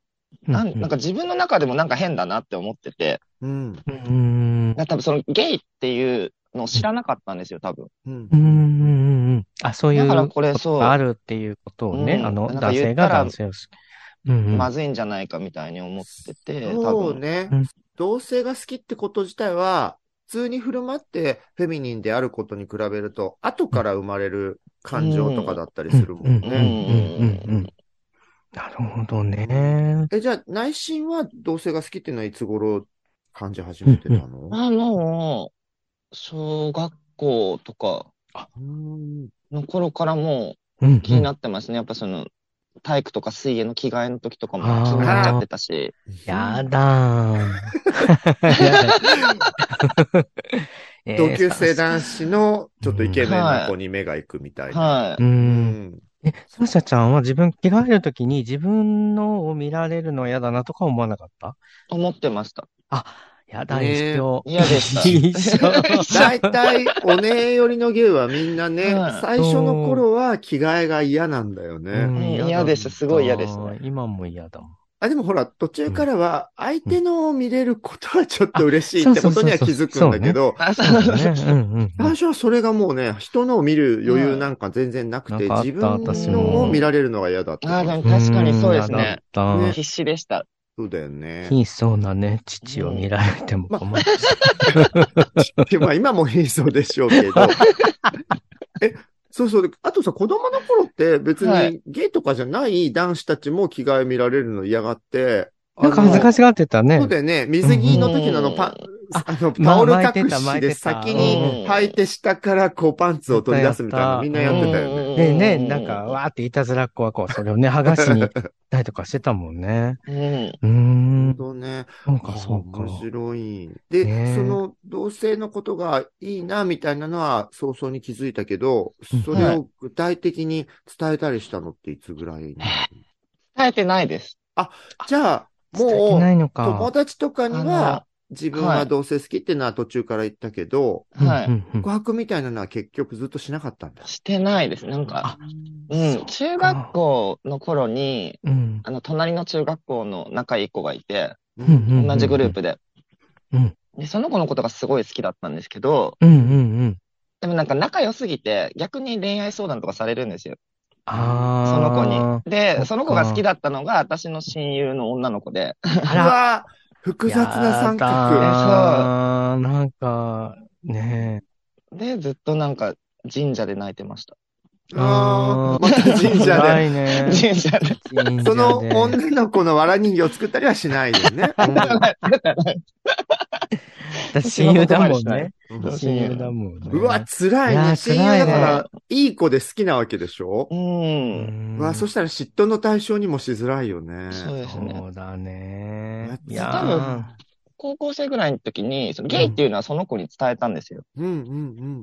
Speaker 4: なんなんか、自分の中でもなんか変だなって思ってて、
Speaker 2: うん。
Speaker 3: うん。
Speaker 4: 多分そのゲイっていうのを知らなかったんですよ、多分。
Speaker 2: うん
Speaker 3: うん、うん、うんうん。あ、そうい
Speaker 4: だ
Speaker 3: う
Speaker 4: からこれそう
Speaker 3: とがあるっていうことをね、
Speaker 4: うん
Speaker 3: あの、
Speaker 4: なんか
Speaker 3: 男
Speaker 4: 言
Speaker 3: 性
Speaker 4: った
Speaker 3: が
Speaker 4: ら
Speaker 3: 男性を好き。うんうん。
Speaker 4: まずいんじゃないかみたいに思ってて、
Speaker 2: そ
Speaker 4: 多
Speaker 2: う
Speaker 4: 分。
Speaker 2: ね、
Speaker 3: うん
Speaker 2: 同性が好きってこと自体は、普通に振る舞ってフェミニンであることに比べると、後から生まれる感情とかだったりするもんね。
Speaker 3: うんうんうんうんうん。なるほどね。
Speaker 2: え、じゃあ、内心は同性が好きっていうのはいつ頃感じ始めてたの、
Speaker 4: まあもう、小学校とか
Speaker 2: うん
Speaker 4: の頃からも
Speaker 3: うん
Speaker 4: う気になってますね。やっぱその、体育とか水泳の着替えの時とかも気になっちゃってたし、
Speaker 3: や
Speaker 4: <laughs>
Speaker 3: だー。やだ <laughs> えー
Speaker 2: 同級生男子のちょっとイケメンの子に目が行くみたいな。
Speaker 4: は
Speaker 3: う。
Speaker 4: い。
Speaker 2: うんん。
Speaker 3: え、サーシャちゃんは自分着替えるときに自分のを見られるの嫌だなとか思わなかった
Speaker 4: 思ってました。
Speaker 3: あ、やだ、
Speaker 2: ねえ
Speaker 3: 一緒。
Speaker 4: 嫌でした
Speaker 3: <laughs> 一
Speaker 4: <laughs>
Speaker 3: 緒。
Speaker 2: 大体、お姉寄りのゲイはみんなね、
Speaker 4: はい
Speaker 2: 最初の頃は着替えが嫌なんだよね。
Speaker 3: うん
Speaker 4: 嫌でしたすごい嫌ですね。
Speaker 3: 今も嫌だも
Speaker 4: <laughs>
Speaker 3: ん。
Speaker 2: あ、でもほら、途中からは、相手のを見れることはちょっと嬉しいってことには気づくんだけど、
Speaker 4: あ、そ
Speaker 3: そう
Speaker 4: う
Speaker 3: だね。うんうん
Speaker 2: 最初はそれがもうね、人のを見る余裕なんか全然なくて、
Speaker 3: うんなん
Speaker 2: 自
Speaker 3: かあった
Speaker 2: 分のを見られるのが嫌だった
Speaker 4: あ
Speaker 2: か
Speaker 4: ーで
Speaker 2: ら。
Speaker 4: も
Speaker 3: うん。
Speaker 4: 確かにそうです
Speaker 3: 嫌
Speaker 4: ね。
Speaker 3: だった
Speaker 4: <laughs> 必死でした。
Speaker 2: そうだよね。
Speaker 3: 貧相なね、父を見られても困っちゃ
Speaker 2: <laughs>
Speaker 3: う。
Speaker 2: でまあ今もいいそうでしょう
Speaker 3: <laughs>
Speaker 2: けど。え、そうそう。であとさ、子供の頃って別
Speaker 4: は
Speaker 2: にゲイとかじゃない男子たちも着替え見られるの嫌がって、
Speaker 3: <laughs> なんか恥ずか
Speaker 2: しい。
Speaker 3: しがってたね
Speaker 2: そう。だよね。水着の時のあのパン、あの、
Speaker 3: まあ
Speaker 2: タオル
Speaker 3: 巻いて
Speaker 2: 隠
Speaker 3: た巻
Speaker 2: し
Speaker 3: いて
Speaker 2: で
Speaker 3: た
Speaker 2: 先に
Speaker 4: うん
Speaker 2: 履いて下からこうパンツを取り出すみたいなのみんなやってたよね。
Speaker 4: ね
Speaker 3: でね、なんか、、わーっていたずらっ子はこう、それをね、剥がしに行ったりとかしてたもんね。
Speaker 4: うん。
Speaker 3: うーん。
Speaker 2: そうね。
Speaker 3: そうか、そうか。
Speaker 2: 面白い。で、
Speaker 3: ねえ
Speaker 2: その同性のことがいいなみたいなのは早々に気づいたけど、それを具体的に伝えたりしたのっていつぐらいになる
Speaker 4: 耐えてないです。
Speaker 2: じゃあ、
Speaker 3: 伝えて
Speaker 2: も
Speaker 3: な
Speaker 2: う
Speaker 3: いのか。
Speaker 2: 友達とかには自分
Speaker 4: は
Speaker 2: はい同性好きってのは途中から言ったけど、
Speaker 4: は
Speaker 3: う
Speaker 4: い。
Speaker 3: んうんうん
Speaker 2: 告白みたいなのは結局ずっとしなかったんだ。
Speaker 4: してないです。なんか、うん。中学校の頃に、
Speaker 3: うん。
Speaker 4: あの、隣の中学校の仲いい子がいて、
Speaker 2: う
Speaker 3: うんうん
Speaker 4: 同じグループで。
Speaker 3: うん
Speaker 4: で、その子のことがすごい好きだったんですけど、
Speaker 3: うんうんうん。
Speaker 4: でもなんか仲良すぎて、逆に恋愛相談とかされるんですよ。
Speaker 3: あ
Speaker 4: その子
Speaker 3: ー
Speaker 4: に。。で、
Speaker 3: そ
Speaker 4: そ
Speaker 3: っか
Speaker 4: の子が好きだったのが、私の親友の女の子で、
Speaker 3: あら、
Speaker 2: ら、複雑な三角。
Speaker 3: やだーなんか、ね
Speaker 4: で、ずっとなんか神社で泣いてました。
Speaker 3: え。
Speaker 2: あー
Speaker 3: う
Speaker 2: また <laughs>
Speaker 3: ーん
Speaker 2: 神社
Speaker 3: 辛
Speaker 2: で。
Speaker 3: いね。
Speaker 4: 神社で。
Speaker 3: 神社で
Speaker 2: その女の子のわら人形を作ったりはしないよね。
Speaker 3: だって親友だもんね。
Speaker 2: うん
Speaker 4: そう
Speaker 3: 親友だもんね。
Speaker 2: うわ、辛い
Speaker 3: いや
Speaker 2: ね。親
Speaker 3: ー辛い
Speaker 2: 友だ
Speaker 3: ね
Speaker 2: から、いい子で好きなわけでし
Speaker 4: <laughs>
Speaker 2: ょ
Speaker 4: う。
Speaker 3: うんん
Speaker 2: うわ、そしたら嫉妬の対象にもしづらいよね。
Speaker 4: そうですね。
Speaker 3: そうだね。
Speaker 2: い
Speaker 3: い
Speaker 2: や
Speaker 3: や
Speaker 4: 多分高校生ぐらいの時に、そのゲイっていうのはその子に伝えたんですよ。
Speaker 2: うんうん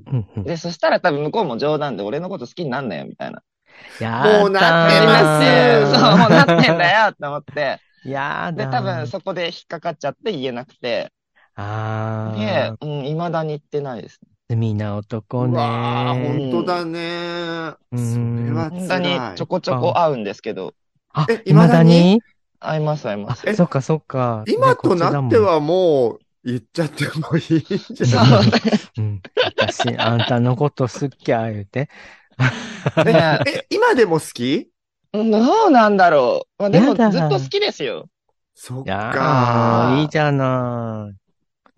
Speaker 3: ーうんうん
Speaker 4: で、そしたら多分向こうも冗談で俺のこと好きになんなよ、みたいな。
Speaker 3: や
Speaker 2: もうなって
Speaker 4: なり
Speaker 2: ま
Speaker 4: ます
Speaker 2: ー
Speaker 4: そう、もうなってんだよって思
Speaker 2: <laughs>
Speaker 4: って。
Speaker 3: す。や
Speaker 4: で、
Speaker 3: だ。
Speaker 4: 多分そこで引っかかっちゃって言えなくて。
Speaker 3: あ
Speaker 4: で
Speaker 3: あ。、
Speaker 4: うん、未だに言ってないですね。
Speaker 3: 罪な
Speaker 2: うん。
Speaker 3: 男
Speaker 2: う
Speaker 3: ね。
Speaker 2: わー、
Speaker 4: ん
Speaker 2: 本当だね。
Speaker 3: うん
Speaker 2: それ
Speaker 4: 本
Speaker 2: は
Speaker 4: 当に
Speaker 2: 辛い
Speaker 4: ちょ。こちょこ会うんですけど、
Speaker 3: あ、
Speaker 2: え
Speaker 3: いまだに
Speaker 4: 会います会いま
Speaker 3: あ
Speaker 4: す。、
Speaker 3: そっかそっか。
Speaker 2: 今となってはもう、言っちゃってもいいんじゃない
Speaker 3: うん。私、あんたのこと好っきゃ言うて。
Speaker 4: ね
Speaker 2: え、今でも好き
Speaker 4: うん <laughs> どうなんだろう。まあでも
Speaker 3: や
Speaker 4: ず
Speaker 3: だ
Speaker 4: っと好きですよ。
Speaker 2: そっ
Speaker 3: いや
Speaker 2: か
Speaker 3: ーいいじゃない。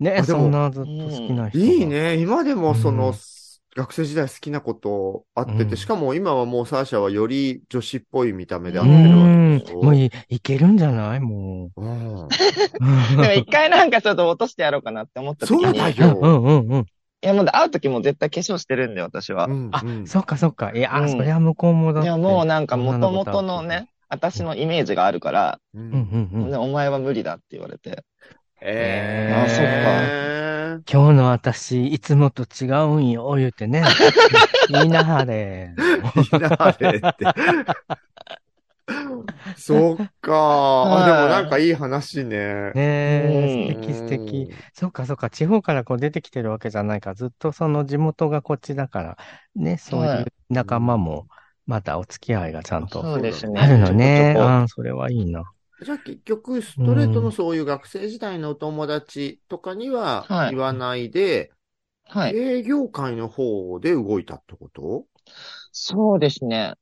Speaker 3: ね
Speaker 2: あでも
Speaker 3: そんなずっと好きな人が。
Speaker 2: いいね。今でもそうの
Speaker 3: ん、
Speaker 2: 学生時代好きなことあって
Speaker 3: う
Speaker 2: て、
Speaker 3: ん
Speaker 2: しかも今はもうサーシャはより女子っぽい見た目で
Speaker 3: う
Speaker 2: あってるわけ
Speaker 3: ん
Speaker 2: でし。ょ
Speaker 3: もうい、いけるんじゃないもう。
Speaker 2: うん
Speaker 4: でも一回なんかちょっと落としてやろうかなって思った時に。
Speaker 2: そうだよ
Speaker 4: い
Speaker 3: うんうんうんうん。
Speaker 4: や、もう会う時も絶対化粧してるんで、私は
Speaker 2: う。んうん
Speaker 3: そっかそっか。いや
Speaker 4: うん
Speaker 3: ー、そりゃ向こうもだっ
Speaker 4: い
Speaker 3: て。
Speaker 4: や、もうなんか元々の
Speaker 3: 女の
Speaker 4: ね、私のイメージがあるから、
Speaker 2: う。
Speaker 3: うんんうんうん
Speaker 4: ね。お前は無理だって言われて。
Speaker 2: え
Speaker 3: あそっか
Speaker 2: えー
Speaker 3: 今日の私、いつもと違うんよ、言うてね。みんなはれ。
Speaker 2: いいなあれって。そっか。あ、でもなんかいい話ね。
Speaker 3: ねえ、
Speaker 4: う
Speaker 3: 素敵素敵。。そうかそうか、地方からこう出てきてるわけじゃないから、ずっとその地元がこっちだから、ね、そう
Speaker 4: はいいう
Speaker 3: 仲間も、またお付き合いがちゃんと
Speaker 4: そうですね。
Speaker 3: あるのね。
Speaker 4: ちょこちょこ
Speaker 3: ああ、それはいいな。
Speaker 2: じゃあ結局、ストレートのそういう学生時代のお友達とかには
Speaker 4: はい
Speaker 2: 言わないで、
Speaker 4: はい。
Speaker 2: 営業界の方で動いたってこと
Speaker 4: そうですね。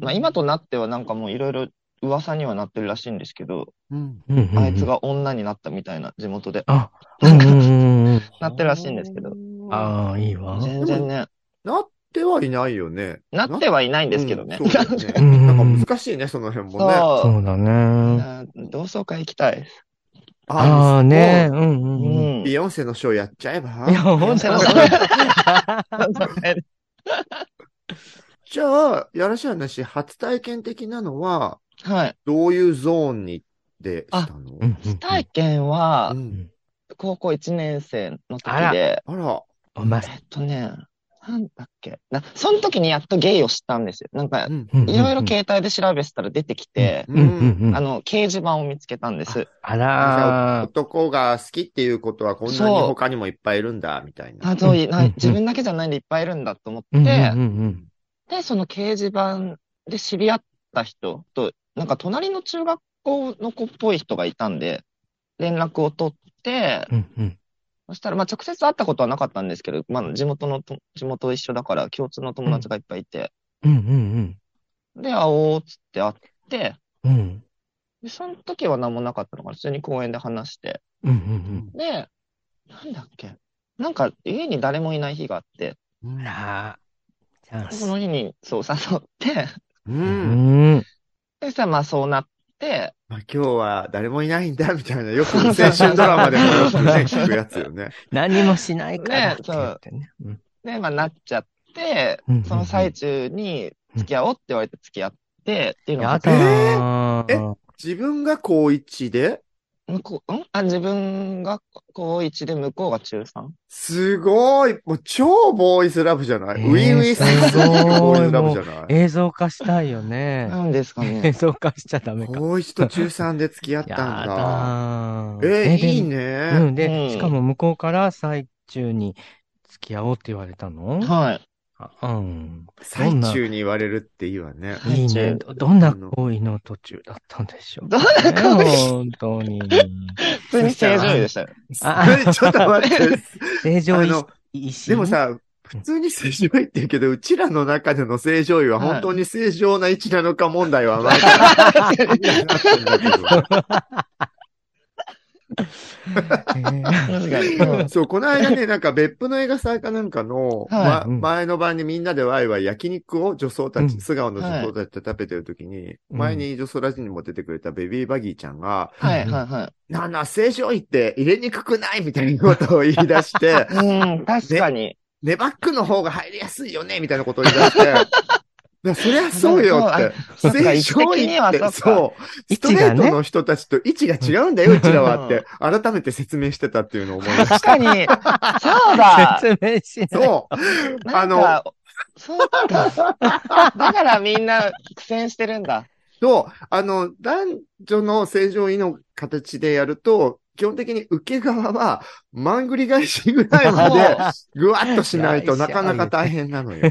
Speaker 4: まあ、今となってはなんかもういろいろ噂にはなってるらしいんですけど、
Speaker 2: うん。
Speaker 3: うんうんうん
Speaker 4: あいつ。が女になったみたいな、地元で。
Speaker 3: あ、うんうんうんうん。
Speaker 4: なってるらしいんですけど。
Speaker 2: あ
Speaker 3: ああ、いいわ。
Speaker 4: 全然ね、
Speaker 2: なってはいないよね。
Speaker 4: なってはいないんですけどね
Speaker 2: うん。そうだよ
Speaker 4: <laughs>
Speaker 3: う
Speaker 2: ね
Speaker 3: ん
Speaker 2: なんか難しいね、その辺もね。
Speaker 4: そ
Speaker 3: そうだ
Speaker 4: う。
Speaker 3: ね。
Speaker 4: あー同窓会行きたい。
Speaker 3: ああ、ね。うんう
Speaker 4: うん
Speaker 3: うん。
Speaker 4: ん。
Speaker 2: ビヨンセのショーやっちゃえば
Speaker 3: いや、ほん
Speaker 4: <laughs>
Speaker 3: と
Speaker 4: そう同窓会で
Speaker 2: じゃあ、やらしい話、初体験的なのは、
Speaker 4: はい。
Speaker 2: どういうゾーンにでしたの
Speaker 3: うんうんうん
Speaker 4: 体験は
Speaker 2: う、ん
Speaker 4: 高校1年生の時
Speaker 3: あら
Speaker 4: で、
Speaker 2: あら、
Speaker 3: お前
Speaker 4: えっとね、なんだっけ。な、その時にやっとゲイを知ったんですよ。なんか
Speaker 2: う、ん
Speaker 3: うんうんうん
Speaker 4: いろいろ携帯で調べてたら出てきて、
Speaker 3: うんうんうん。
Speaker 4: あの、掲示板を見つけたんです。
Speaker 3: あ
Speaker 2: あ
Speaker 3: らー
Speaker 2: 男が好きっていうことはこんなに
Speaker 4: そう
Speaker 2: 他にもいっぱいいるんだ、みたいな。
Speaker 4: あ、そうい
Speaker 3: うん
Speaker 4: な
Speaker 3: うん
Speaker 4: 自分だけじゃないんでいっぱいいるんだと思っ
Speaker 3: うんうん
Speaker 4: て
Speaker 3: う、ん
Speaker 4: で、その掲示板で知り合った人と、なんか隣の中学校の子っぽい人がいたんで、連絡を取って、
Speaker 3: うんうん
Speaker 4: そしたら、まあ直接会ったことはなかったんですけど、まあ地元のと、地元一緒だから共通の友達がいっぱいいて、
Speaker 3: うんうんうん
Speaker 4: で、会おうっつって会って、
Speaker 3: うんうん
Speaker 4: で、その時は何もなかったのかな。普通に公園で話して。
Speaker 3: うんうん
Speaker 4: で、なんだっけ。なんか家に誰もいない日があって、
Speaker 3: うん。あらーチャン
Speaker 4: そ
Speaker 3: ス。
Speaker 4: の日にそう誘って、
Speaker 2: う。
Speaker 3: うんん。
Speaker 4: そしたらまあそうなって、
Speaker 2: まあ、今日は誰もいないんだ、みたいな。よく青春ドラマでもよくね、聞くやつよ
Speaker 3: <laughs>
Speaker 2: ね。
Speaker 3: 何もしないからっ
Speaker 4: ね
Speaker 3: て言ってね。うん
Speaker 4: で、まあなっちゃって
Speaker 3: うんうんうん、
Speaker 4: その最中に付き合おうって言われて付き合って、っていうの
Speaker 3: や
Speaker 4: が、
Speaker 3: だー。
Speaker 2: 自分が高一で、
Speaker 4: 向こう、んあ、自分が高1で向こうが中 3?
Speaker 2: すごい、もう超ボーイズラブじゃない、
Speaker 3: えー
Speaker 2: ウィンウィンす
Speaker 3: すごい
Speaker 2: ボーイズラブじゃない
Speaker 3: 映像化したいよね。
Speaker 4: なんですか
Speaker 3: 映
Speaker 4: ね。
Speaker 3: 像化しちゃダメか。
Speaker 2: 高一と中三で付き合ったん
Speaker 3: や
Speaker 2: だ。
Speaker 3: だー。
Speaker 2: えー、いい。
Speaker 3: で
Speaker 2: ね。
Speaker 3: うん、
Speaker 4: うん
Speaker 3: で、しかも向こうから最中に付き合おうって言われたの
Speaker 4: はい。
Speaker 3: あうん。ど
Speaker 2: 最
Speaker 3: んな
Speaker 2: 中に言われるっていいわね。
Speaker 4: 最中
Speaker 3: いいね。どどんな行為の途中だったんでしょう。
Speaker 4: どんな行為
Speaker 3: ね本当に。
Speaker 4: 普通に正常位でしたよ。
Speaker 3: あ
Speaker 2: <laughs> それちょっと待って。
Speaker 3: 正常
Speaker 2: あの
Speaker 3: 意識
Speaker 2: でも、さ、普通に正常位って言うけど、うちらの中での正常位は本当に正常な位置
Speaker 4: <laughs>
Speaker 2: なのか問題はまあ、
Speaker 4: 確かに
Speaker 2: なってんだけど
Speaker 3: えー
Speaker 4: 確かに。うん
Speaker 2: そう、この
Speaker 4: <laughs>
Speaker 2: 間ね、なんか別府の映画祭かなんかの、
Speaker 4: は
Speaker 2: ま
Speaker 3: いうん
Speaker 2: 前の晩にみんなでワイワイ焼肉を女装た
Speaker 3: う
Speaker 2: ち、
Speaker 3: ん
Speaker 2: 素顔の女装たちと食べてる時に、
Speaker 3: うん
Speaker 2: 前に女装ラジにも出てくれたベビーバギーちゃんが、
Speaker 4: はい、はい、は
Speaker 2: なあなあ、正常位って入れにくくないみたいなことを言い
Speaker 4: <laughs>
Speaker 2: 出
Speaker 3: <laughs>
Speaker 2: して、
Speaker 4: い。うん、確かに。
Speaker 2: ネバックの方が入りやすいよねみたいなことを言い出して、
Speaker 4: <laughs>
Speaker 2: だからそりゃそうよって。
Speaker 4: そうあそっか
Speaker 2: 正常
Speaker 4: 位置的
Speaker 2: 位
Speaker 4: には
Speaker 2: っ
Speaker 4: そっか
Speaker 2: て、そう、ス
Speaker 3: 位
Speaker 2: トレ
Speaker 3: 置が
Speaker 2: ー
Speaker 3: ね
Speaker 2: トの人たちと位置が違うんだよ、うちらはって、改めて説明してたっていうのを思いまし
Speaker 4: 確
Speaker 2: た
Speaker 4: か。に。そうだ。
Speaker 3: 説明しない。
Speaker 2: そう。
Speaker 4: <laughs> な
Speaker 2: あ
Speaker 4: ん
Speaker 2: の、
Speaker 4: か、そうだ。だからみんな苦戦してるんだ。
Speaker 2: と、あの、男女の正常位の形でやると、基本的に受け側は、まんぐり返しぐらいまで、ぐわっとしないとなかなか大変なのよ。
Speaker 3: よい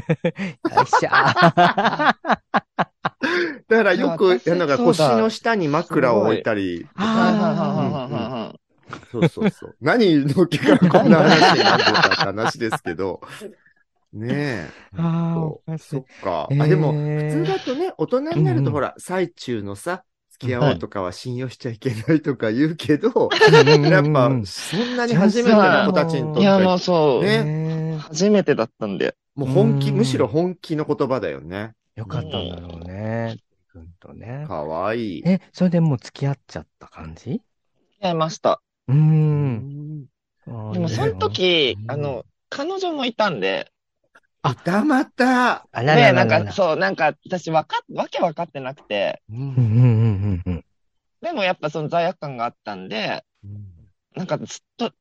Speaker 3: しょあ
Speaker 2: だからよ
Speaker 4: い
Speaker 2: く
Speaker 4: や、私
Speaker 2: なんか
Speaker 4: そう
Speaker 2: 腰
Speaker 4: だ
Speaker 2: の下に枕を置いたり。
Speaker 4: はいはいは
Speaker 3: ー
Speaker 4: いはいはいはい
Speaker 2: そうそうそう。何の気からこんな話になってたって話ですけど。ねえ。
Speaker 3: あーお
Speaker 2: そ
Speaker 3: か
Speaker 2: う
Speaker 3: しい
Speaker 2: そっか。
Speaker 3: え
Speaker 2: あ、
Speaker 3: ー
Speaker 2: でも、普通だとね、大人になる
Speaker 3: うんう
Speaker 2: と
Speaker 3: ん
Speaker 2: ほら、最中のさ、付き合おうとかは信用しちゃいけないとか言うけど、やっぱ、そんなに初めての子たちにと
Speaker 4: いや、
Speaker 2: っ
Speaker 4: もう
Speaker 2: て、
Speaker 4: そう。
Speaker 2: ね
Speaker 3: ね
Speaker 4: 初めてだったんで。
Speaker 2: もう本気、
Speaker 3: うん
Speaker 2: むしろ本気の言葉だよね。
Speaker 3: よかったんだろうね。くんとね。
Speaker 2: かわいい。
Speaker 3: え、それでもう付き合っちゃった感じ
Speaker 4: やいました。
Speaker 3: うー。
Speaker 2: うんん。
Speaker 3: でも
Speaker 4: でも、その時
Speaker 3: う、ん
Speaker 4: あの、彼女もいたんで、
Speaker 2: 歌また。
Speaker 3: あらら
Speaker 4: で、
Speaker 3: ら
Speaker 4: なん
Speaker 3: ら、。
Speaker 4: からそう、なんか、私、わか、わけわかってなくて、
Speaker 2: う
Speaker 3: うん
Speaker 2: ん
Speaker 3: うんうんうん
Speaker 4: でもやっぱその罪悪感があったんで、なんかずっと、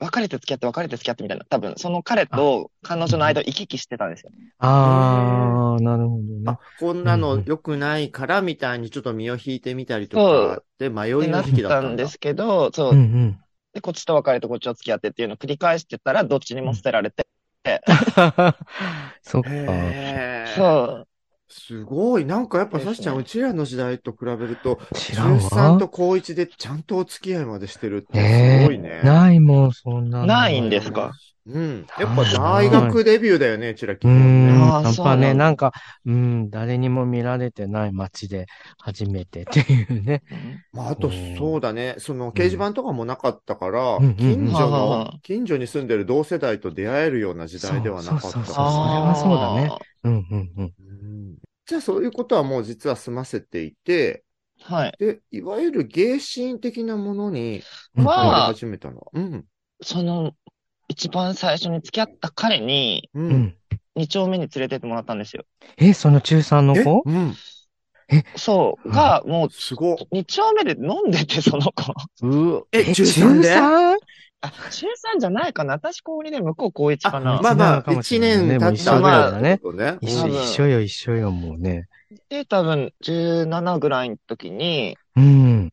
Speaker 4: 別れて付き合って、別れて付き合ってみたいな、多分、その彼と彼女の間を行き来してたんですよ。
Speaker 3: あー、なるほどね
Speaker 2: あ。、こんなの良くないからみたいにちょっと身を引いてみたりと
Speaker 4: そ
Speaker 2: か、で、迷
Speaker 4: っ
Speaker 2: い
Speaker 4: てな
Speaker 2: の
Speaker 4: っ
Speaker 2: 時期だったた
Speaker 4: ん
Speaker 2: んだ
Speaker 4: で。すけど、そうう、
Speaker 3: んうん。
Speaker 4: で、こっちと別れて、こっちと付き合ってっていうのを繰り返してたら、どっちにも捨てられて、
Speaker 3: そっか。
Speaker 2: へー
Speaker 4: そう、
Speaker 2: すごい。なんかやっぱさしちゃん、うちらの時代と比べると、
Speaker 3: 知らん
Speaker 2: 13
Speaker 3: わ。
Speaker 2: と高1でちゃんとお付き合いまでしてるって
Speaker 3: ね
Speaker 2: す
Speaker 3: え
Speaker 2: ごいね。
Speaker 3: ないもん、そんなの
Speaker 4: ないんですか
Speaker 2: うん。やっぱ大学デビューだよね、うちらきっ
Speaker 3: う
Speaker 2: と
Speaker 3: ーん、
Speaker 2: ね。
Speaker 4: あー
Speaker 3: やっ
Speaker 4: そうな
Speaker 3: ぱ
Speaker 4: んだ
Speaker 3: ね、なんか、うん、誰にも見られてない街で初めてっていうね。 <laughs>
Speaker 2: まあ、あと
Speaker 3: うん
Speaker 2: そうだね。その掲示板とかもなかったから
Speaker 3: うん、
Speaker 2: 近所
Speaker 4: うんうんう
Speaker 2: の
Speaker 4: ん、
Speaker 2: 近所に住んでる同世代と出会えるような時代ではなかった
Speaker 3: そうそ
Speaker 2: か
Speaker 3: うそれ
Speaker 2: ら。
Speaker 3: はそうだねうんうんう
Speaker 2: う
Speaker 3: ん。
Speaker 2: んじゃあそういうことはもう実は済ませていて、
Speaker 4: あー。はい。
Speaker 2: で、いわゆるゲーシーン的なものに、
Speaker 4: まあ
Speaker 2: 始めたのは。うん。
Speaker 4: その、一番最初に付き合った彼に、
Speaker 2: う。
Speaker 3: うんん。
Speaker 4: 二丁目に連れてってもらったんですよ。
Speaker 3: え、その中3の
Speaker 2: え
Speaker 3: 子
Speaker 2: うん。
Speaker 4: そう、が、もう、
Speaker 2: すごっ。
Speaker 4: 二丁目で飲んでて、その子。
Speaker 3: う
Speaker 2: え中三
Speaker 3: 3
Speaker 2: で
Speaker 4: あ、中3じゃないかな。私高2で向こう高1かな。
Speaker 2: まあまあ、
Speaker 3: かもし
Speaker 2: 1
Speaker 3: れないね
Speaker 2: 年経った
Speaker 4: もう一緒ぐら
Speaker 2: ら
Speaker 4: い
Speaker 3: だね
Speaker 2: ね
Speaker 3: 一
Speaker 4: 多
Speaker 3: 緒、
Speaker 4: 分
Speaker 3: 一緒よ、一緒よ、もうね。
Speaker 4: で、多分17ぐらいの時に、
Speaker 3: うん。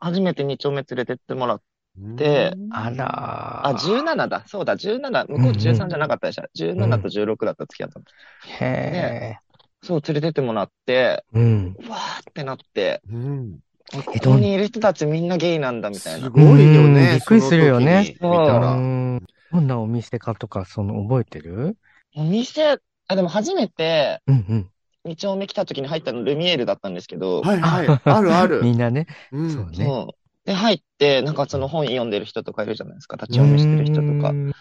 Speaker 4: 初めて二丁目連れてってもらっ
Speaker 2: うん
Speaker 4: て、
Speaker 3: あら
Speaker 4: あ、17だ。そうだ、17。向こう13じゃなかったでしょ。17と16だった付き合ったの。
Speaker 3: へ
Speaker 4: そう、連れてってもらって、
Speaker 3: え。うん。
Speaker 4: うわーってなって、
Speaker 2: うん。
Speaker 4: あここにいる人たちみんなゲイなんだみたい
Speaker 2: す
Speaker 4: な。
Speaker 2: ごいよ
Speaker 3: うん
Speaker 2: ね。
Speaker 3: びっくりするよね
Speaker 2: その時に見た
Speaker 4: あ
Speaker 2: ら。
Speaker 3: うんどんなお店かとか、その、覚えてる
Speaker 4: お店、あ、でも初めて
Speaker 3: うんうん。
Speaker 4: 二丁目来た時に入ったのルミエールだったんですけど、
Speaker 2: はいはい。あるある。
Speaker 3: みんなね。
Speaker 2: う。
Speaker 3: そうんね。
Speaker 4: そう。で、入って、なんかその本読んでる人とかいるじゃないですか。立ち読みしてる人とか
Speaker 3: う。ん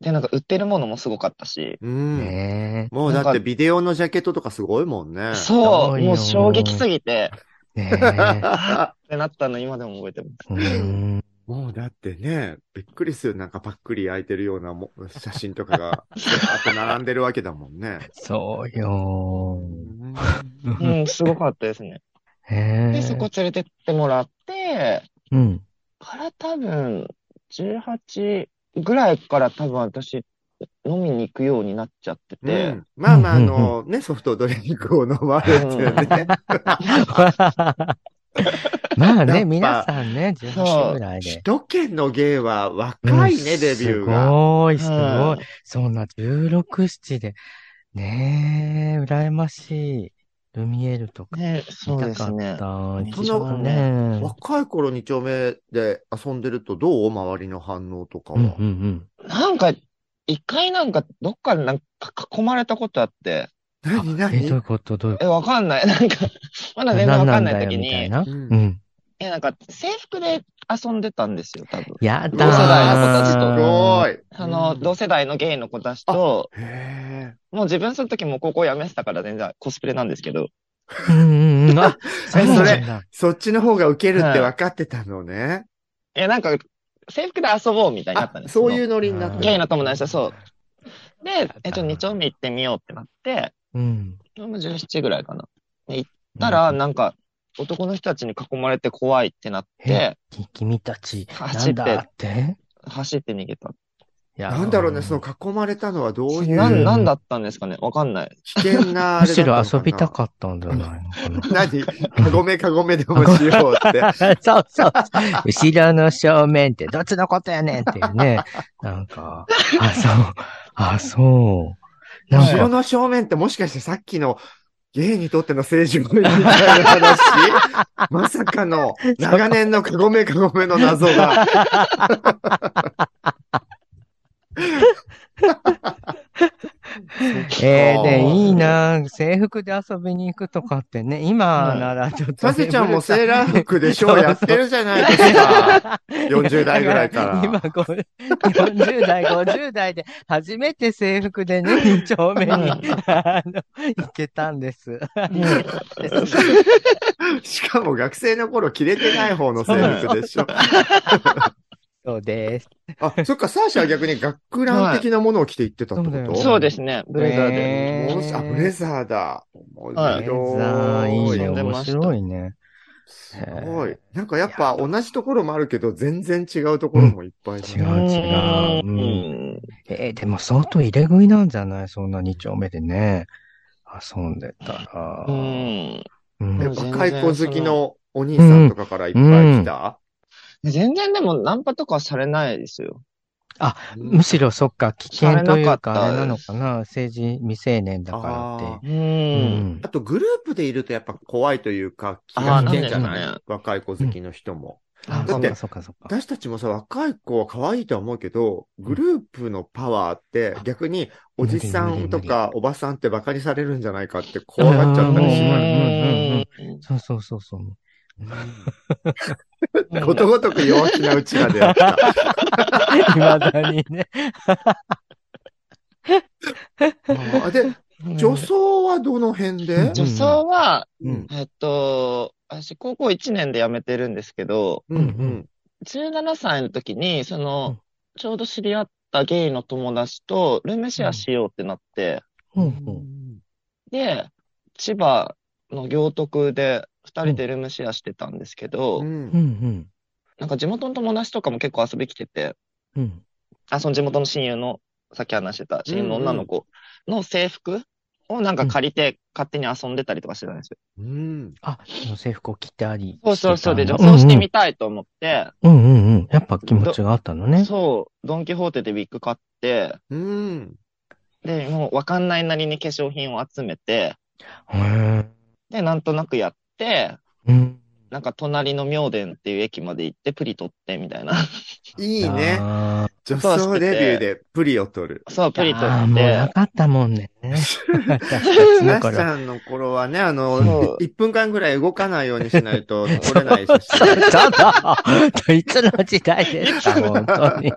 Speaker 4: で、なんか売ってるものもすごかったし。
Speaker 2: うん。
Speaker 3: ね
Speaker 2: もうだってビデオのジャケットとかすごいもんね。
Speaker 4: そう、
Speaker 3: すごいよ
Speaker 4: もう衝撃すぎて、
Speaker 3: え。ね
Speaker 4: <laughs>
Speaker 3: え。
Speaker 4: ってなったの今でも覚えてます。
Speaker 3: うん。
Speaker 2: もうだってね、びっくりする、なんかパックリ開いてるようなも写真とか
Speaker 3: <laughs>
Speaker 2: が、あと並んでるわけだもんね。
Speaker 3: そうよ
Speaker 4: うん、すごかったですね。
Speaker 3: ー。へえ。
Speaker 4: で、そこ連れてってもらって、
Speaker 3: うん。 <laughs>
Speaker 4: から多分、18ぐらいから多分私、飲みに行くようになっちゃって
Speaker 2: う
Speaker 4: て、
Speaker 2: ん、まあまあ、あ
Speaker 3: うん
Speaker 2: の、ね、ソフトドリンクを飲まれて
Speaker 3: <laughs>
Speaker 2: ね。
Speaker 3: まあ
Speaker 2: やっぱ
Speaker 3: ね、皆さんね、18
Speaker 4: そう
Speaker 3: ぐらいで
Speaker 2: 首。都圏の芸は若いね、
Speaker 3: うん
Speaker 2: デビューが。
Speaker 3: すごい、すごい。そんな16、7で。ねえ、羨ましい。ルミエールと
Speaker 4: う
Speaker 3: か
Speaker 4: ん。ね、そう
Speaker 3: 見
Speaker 4: で
Speaker 3: た
Speaker 4: す
Speaker 3: かっ
Speaker 4: ね。
Speaker 3: た。
Speaker 4: ね
Speaker 3: 一緒だね。
Speaker 2: 若い頃二丁目で遊んでるとどう周りの反応とか
Speaker 3: うん
Speaker 2: は
Speaker 3: う。ん
Speaker 4: なんか、一回なんか、どっかなんか囲まれたことあって、
Speaker 2: 何
Speaker 3: うん。え、どうい
Speaker 2: 何
Speaker 3: うことどういうこ
Speaker 4: え、わかんない。なんか、まだ <laughs>
Speaker 3: と
Speaker 4: 全然わ
Speaker 3: 何
Speaker 4: か
Speaker 3: なんん
Speaker 4: ない
Speaker 3: だよ
Speaker 4: 時
Speaker 3: みたい
Speaker 4: に、
Speaker 3: な。
Speaker 2: うん
Speaker 3: うん。
Speaker 4: え、なんか、制服で遊んでたんですよ、多分。
Speaker 3: やだー。
Speaker 4: 同世代の子たちと
Speaker 2: すごい。
Speaker 4: あの、同世代のゲイの子たちと、
Speaker 2: へ
Speaker 4: もう自分その時もう高校辞めてたから全然コスプレなんですけど、
Speaker 3: うんうんうん。あ、そうなんだ
Speaker 2: えそっちの方がウケるって分かってたのね。
Speaker 4: え、なんか、制服で遊ぼうみたいになったん
Speaker 2: あ、
Speaker 4: です。
Speaker 2: そういううノリになっ
Speaker 3: う
Speaker 2: た。
Speaker 3: ん
Speaker 4: ゲイ
Speaker 2: へ
Speaker 4: の友達とそう。で、え、ちょっと2丁目行ってみようってなって、
Speaker 3: うん。
Speaker 4: 俺も17ぐらいかな。たら、
Speaker 3: うん、
Speaker 4: なんか、男の人たちに囲まれて怖いってなって、
Speaker 3: き君たち、な
Speaker 4: 走
Speaker 3: ん
Speaker 4: って
Speaker 3: だって
Speaker 4: 走って逃げた。
Speaker 3: いや
Speaker 2: なんだろうね、その囲まれたのはどうい
Speaker 4: な、
Speaker 2: うん
Speaker 4: なんだったんですかねわかんない。
Speaker 2: 危険なあ
Speaker 3: む
Speaker 2: れだ
Speaker 3: し
Speaker 2: ったのかな
Speaker 3: ろ遊びたかったんじゃないの
Speaker 2: <laughs>
Speaker 3: かな。
Speaker 2: 何カゴメカゴメでもしようって。
Speaker 3: そうそう。後ろの正面ってどっちのことやねんっていうね。なんか、あ、そう。あ、そう。な
Speaker 2: 後ろ
Speaker 3: んか、
Speaker 2: の正面ってもしかしてさっきの芸にとっての政治みたいな話まさかの長年のカゴメカゴメの謎が。
Speaker 3: えー、で、
Speaker 2: そう
Speaker 3: いいな制服で遊びに行くとかってね、今ならちょっと、
Speaker 2: サセちゃんもセーラー服でショ
Speaker 3: そう
Speaker 2: ー
Speaker 3: そう
Speaker 2: やってるじゃないですか。40代ぐらいから
Speaker 3: <laughs> 今、こう40代、50代で、初めて制服でね、二丁目に、あの、 <laughs> 行けた
Speaker 4: <laughs>
Speaker 3: んです。ですね
Speaker 2: しかも学生の頃着れてない方の制服でしょ。
Speaker 3: そうです。
Speaker 2: あ、そっか、サーシャは逆に学ラン的なものを着て行ってたってこ
Speaker 3: はい
Speaker 2: と
Speaker 3: お
Speaker 4: そうですね、ブレザーで。
Speaker 3: ね
Speaker 2: もしあ、ブレザーだ。面
Speaker 4: はい
Speaker 3: ブレザーい
Speaker 2: 白
Speaker 4: 遊ん
Speaker 2: い。
Speaker 3: いね。
Speaker 4: でま
Speaker 3: 面
Speaker 4: した
Speaker 3: 白いね。
Speaker 2: すごい。なんかやっぱ同じところもあるけど、全然違うところもいっぱいだね、
Speaker 3: 違う違
Speaker 4: う
Speaker 3: ううん
Speaker 4: ん。
Speaker 3: えーでも相当入れ食いなんじゃないそんな二丁目でね。遊んでたら。
Speaker 4: うん。
Speaker 3: うん
Speaker 2: ね
Speaker 4: うん
Speaker 2: 若い子好きのお兄さんとかからいっぱい来た、
Speaker 4: 全然でもナンパとかはされないですよ。
Speaker 3: むしろそっか、危険というか、あ
Speaker 4: さ
Speaker 3: れ
Speaker 4: れ
Speaker 3: な
Speaker 4: なかった
Speaker 3: のかな成人未成年だからっ
Speaker 2: あ
Speaker 3: て。
Speaker 4: う。
Speaker 3: うんん
Speaker 2: あとグループでいるとやっぱ怖いというか、気
Speaker 4: あ
Speaker 2: が
Speaker 4: ー
Speaker 2: 引けんじゃない、
Speaker 4: なんで
Speaker 2: 若い子好きの人も。
Speaker 3: あ、
Speaker 2: だ
Speaker 3: そ
Speaker 2: っ
Speaker 3: ってかそっかそっか。
Speaker 2: 私たちもさ、若い子は可愛いとは思うけど、グループのパワーって逆におじさんとかおばさんって馬鹿にされるんじゃないかって怖がっちゃったりしない
Speaker 3: そうそうそうそう。
Speaker 4: う
Speaker 3: <laughs>
Speaker 4: ん
Speaker 2: <laughs> ことごとく弱気なうちらでやった。
Speaker 3: いまだにね。
Speaker 2: あで、女装はどの辺で
Speaker 4: 女装は、
Speaker 2: うん。
Speaker 4: えっと、私高校1年で辞めてるんですけど、
Speaker 2: うんうん。
Speaker 4: 17歳の時に、その、ちょうど知り合ったゲイの友達とルームシェアしようってなって、
Speaker 3: うんうん
Speaker 4: で、千葉の行徳で2人でルームシェアしてたんですけど、
Speaker 3: うんうん
Speaker 4: なんか地元の友達とかも結構遊び来てて、
Speaker 3: うん。
Speaker 4: あ、その地元の親友の、さっき話してた親友の女の子の制服をなんか借りて勝手に遊んでたりとかしてたんですよ。
Speaker 2: うん。
Speaker 3: あ、その制服を着たりしてた
Speaker 4: そ
Speaker 3: んだ。
Speaker 4: うそうそう。で、女装してみたいと思って、
Speaker 3: うんうん。うんうんうん。やっぱ気持ちがあったのね。
Speaker 4: そう、ドンキホーテでウィッグ買って、
Speaker 2: うん。
Speaker 4: で、もうわかんないなりに化粧品を集めて、
Speaker 3: へー
Speaker 4: で、なんとなくやって、
Speaker 3: うん。
Speaker 4: なんか隣の妙殿っていう駅まで行ってプリ取ってみたいな。 <laughs>
Speaker 2: いいね。
Speaker 3: あ
Speaker 2: 女装デビューでプリを取る。
Speaker 4: そう、プ
Speaker 3: ー
Speaker 4: リ取
Speaker 3: あー、
Speaker 4: っ
Speaker 3: もうな
Speaker 4: て。
Speaker 3: かったもんね。
Speaker 2: ス
Speaker 3: だ
Speaker 2: ナ
Speaker 3: か
Speaker 2: シ
Speaker 3: ら。
Speaker 2: さんの頃はね、あ
Speaker 4: そ
Speaker 2: の、
Speaker 4: う
Speaker 2: 1分間ぐらい動かないようにしないと撮れない写
Speaker 3: ちょ
Speaker 2: 真。
Speaker 3: っと、いつの時代ですか、本当に。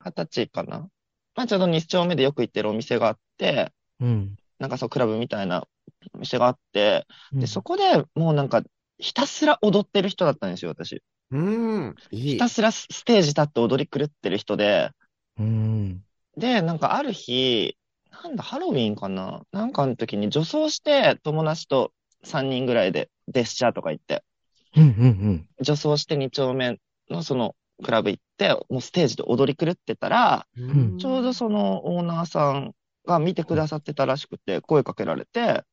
Speaker 4: 二十歳かな。まあちょうど2丁目でよく行ってるお店があって、
Speaker 3: うん。
Speaker 4: なんかそう、クラブみたいなお店があって、で、そ
Speaker 3: こ
Speaker 4: こでもうなんか、ひたすら踊ってる人だったんですよ、私。
Speaker 2: うん。い
Speaker 4: ひ
Speaker 2: い
Speaker 4: た。すらスステージ立って踊り狂ってる人で、
Speaker 3: うん。
Speaker 4: で、なんかある日、なんだ、ハロウィンかななんかの時に女装して友達と3人ぐらいで列車とか行って、
Speaker 3: うんうん
Speaker 4: 女装して2丁目のそのクラブ行って、もうステージで踊り狂ってたら、
Speaker 3: ん
Speaker 4: ちょうどそのオーナーさんが見てくださってたらしくて、声かけられて、
Speaker 3: あら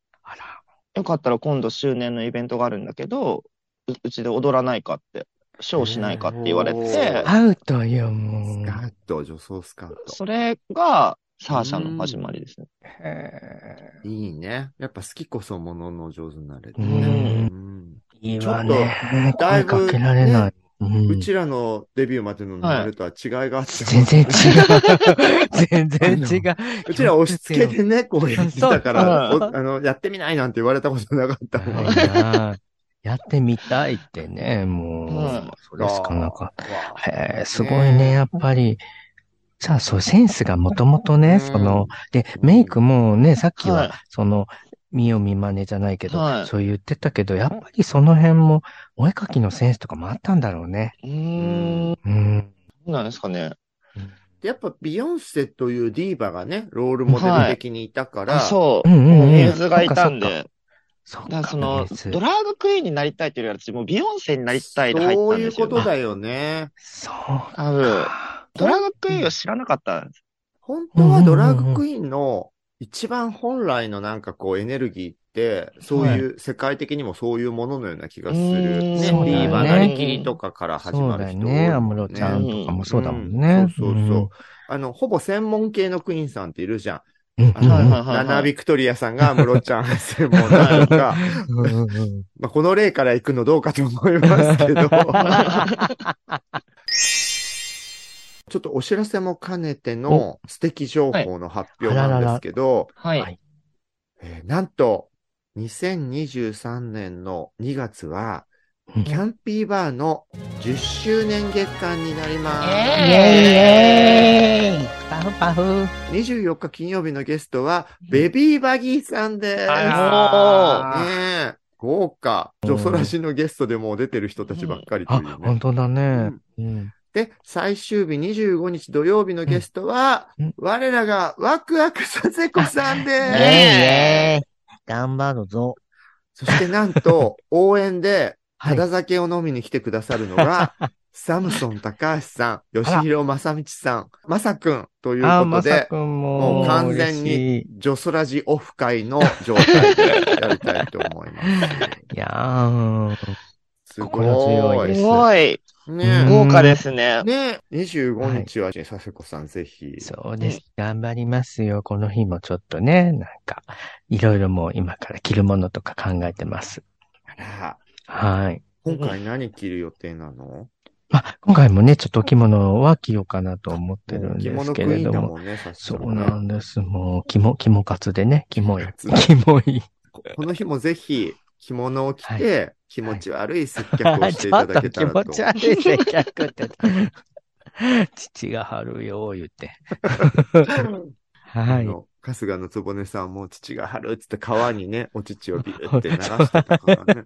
Speaker 4: よかったら今度周年のイベントがあるんだけど、ううちで踊らないかって、ショーしないかって言われ
Speaker 2: お
Speaker 4: て
Speaker 2: ー、
Speaker 3: うん。アウトよ、も
Speaker 2: ス
Speaker 3: う
Speaker 2: カ。ート、女装スカート。
Speaker 4: それがサーシャの始まりですね。
Speaker 3: へ
Speaker 2: いいね。やっぱ好きこそものの上手になれる
Speaker 3: ーう
Speaker 2: ね。
Speaker 3: ん。
Speaker 2: うん
Speaker 3: いいわね。声かけられ
Speaker 2: だ
Speaker 3: ないい。うん
Speaker 2: うちらのデビューまでの流れとは違いがあって、<laughs>
Speaker 3: 全然違う。全然違う。
Speaker 2: うちら押し付けでね、こうやってたから、
Speaker 4: そう
Speaker 2: おあの、やってみないなんて言われたことなかったもん。
Speaker 3: ないなやってみたいってね、もう、
Speaker 4: うん
Speaker 3: それしかなかっ
Speaker 2: わ
Speaker 3: た。へえ、すごいね、やっぱり。じゃあ、そう、センスがもともと
Speaker 2: う
Speaker 3: ね、
Speaker 2: ん
Speaker 3: その、で、メイクもね、さっきは、
Speaker 4: はい
Speaker 3: その、見よう見真似じゃないけど、
Speaker 4: はい
Speaker 3: そう言ってたけど、やっぱりその辺も、お絵描きのセンスとかもあったんだろうね。
Speaker 4: うーん。
Speaker 3: うん。
Speaker 4: どうなんですかね。
Speaker 2: やっぱビヨンセというディーバがね、ロールモデル的にいたから、
Speaker 4: あそう
Speaker 3: う。んうんうん。
Speaker 4: メンズがいたんで。
Speaker 3: そっ
Speaker 4: だから
Speaker 3: か。
Speaker 4: そ
Speaker 3: そ
Speaker 4: の
Speaker 3: っか、
Speaker 4: ドラァグクイーンになりたいというよりは、私もうビヨンセになりたいで入っ
Speaker 2: そ
Speaker 4: た
Speaker 2: うんい
Speaker 4: で
Speaker 2: う
Speaker 4: すよ、
Speaker 2: こ
Speaker 4: ね。
Speaker 2: とだよね。
Speaker 3: そう
Speaker 4: 多分、
Speaker 3: か。
Speaker 4: ドラァグクイーンを知らなかったんです。
Speaker 2: 本当はドラァグクイーンの一番本来のなんかこうエネルギーって、そういう、世界的にもそういうもののような気がする。
Speaker 4: うーん
Speaker 2: ね、デ
Speaker 3: そうだよね
Speaker 2: ィーバなりきりとかから始
Speaker 3: そ
Speaker 2: ま
Speaker 3: う
Speaker 2: る
Speaker 3: だよ
Speaker 2: 人
Speaker 3: ね。安室ちゃんとかもそうだもんね。
Speaker 2: そうそうそう。あの、ほぼ専門系のクイーンさんっているじゃん。
Speaker 3: うん。うん
Speaker 2: あの、
Speaker 4: はい
Speaker 3: <laughs>
Speaker 4: はいはい
Speaker 2: ナナビクトリアさんがムロちゃん専門だと
Speaker 3: <laughs>
Speaker 2: か、
Speaker 3: うんうんうん
Speaker 2: まあ、この例から行くのどうかと思いますけど、ちょっとお知らせも兼ねての素敵情報の発表なんですけど、
Speaker 4: はい。
Speaker 3: はい
Speaker 2: えーなんと、2023年の2月は、キ
Speaker 3: うん
Speaker 2: ャンピーバーの10周年月間になります。
Speaker 3: イエーイパフパフ。
Speaker 2: 24日金曜日のゲストは、ベビーバギーさんです。
Speaker 3: あら
Speaker 2: ねえ、豪華。ジョソラシのゲストでもう出てる人たちばっかりとい
Speaker 3: あ、
Speaker 2: う
Speaker 3: 本
Speaker 2: ね。
Speaker 3: 当だね。
Speaker 2: で、最終日25日土曜日のゲストは
Speaker 3: うんうん、
Speaker 2: 我らがワクワクさせこさん
Speaker 3: イ
Speaker 2: です。
Speaker 3: エーイ頑張るぞ。
Speaker 2: そしてなんと、応援で肌酒を飲みに来てくださるの
Speaker 3: <laughs>
Speaker 2: が、サムソン高橋さん、吉弘正道さん、まさくんという
Speaker 3: あ
Speaker 2: こと
Speaker 3: ー、まさ
Speaker 2: で、
Speaker 3: くんも。
Speaker 2: もう完全
Speaker 3: 嬉し
Speaker 2: に
Speaker 3: い。
Speaker 2: ジョソラジオフ会の状態でやりたいと思います。
Speaker 3: いやー、
Speaker 2: すご
Speaker 3: <laughs> 心強い
Speaker 2: い。
Speaker 3: です
Speaker 4: <laughs> すごい。
Speaker 2: ね
Speaker 3: うん
Speaker 4: 豪華ですね。
Speaker 2: ね25日は、ね、佐世子さんぜひ。
Speaker 3: そうです。頑張りますよ。この日もちょっとね、なんか、いろいろもう今から着るものとか考えてます。
Speaker 2: あら
Speaker 3: はい。
Speaker 2: 今回何着る予定なの
Speaker 3: まあ、今回もね、ちょっとお着物は着ようかなと思ってるん
Speaker 2: 着
Speaker 3: です
Speaker 2: 物ク
Speaker 3: け
Speaker 2: イ
Speaker 3: れ
Speaker 2: ーン
Speaker 3: ど
Speaker 2: だ
Speaker 3: も。
Speaker 2: もんね、佐
Speaker 3: そ
Speaker 2: 世
Speaker 3: う
Speaker 2: 子
Speaker 3: な
Speaker 2: ね。
Speaker 3: んです。もう、肝、肝活でね、肝い。
Speaker 2: 肝活
Speaker 3: 肝い。
Speaker 2: ここの日もぜひ着物を着て、気持ち悪い接客をしていただけたらと。
Speaker 3: ちょっと気持ち悪い接客って。
Speaker 2: <laughs>
Speaker 3: 父が張るよ、言って。は
Speaker 2: あ
Speaker 3: い。
Speaker 2: の春日のつぼねさんも父が張るっつって川にね、お乳をビューって流してたから
Speaker 3: <laughs>
Speaker 2: ね。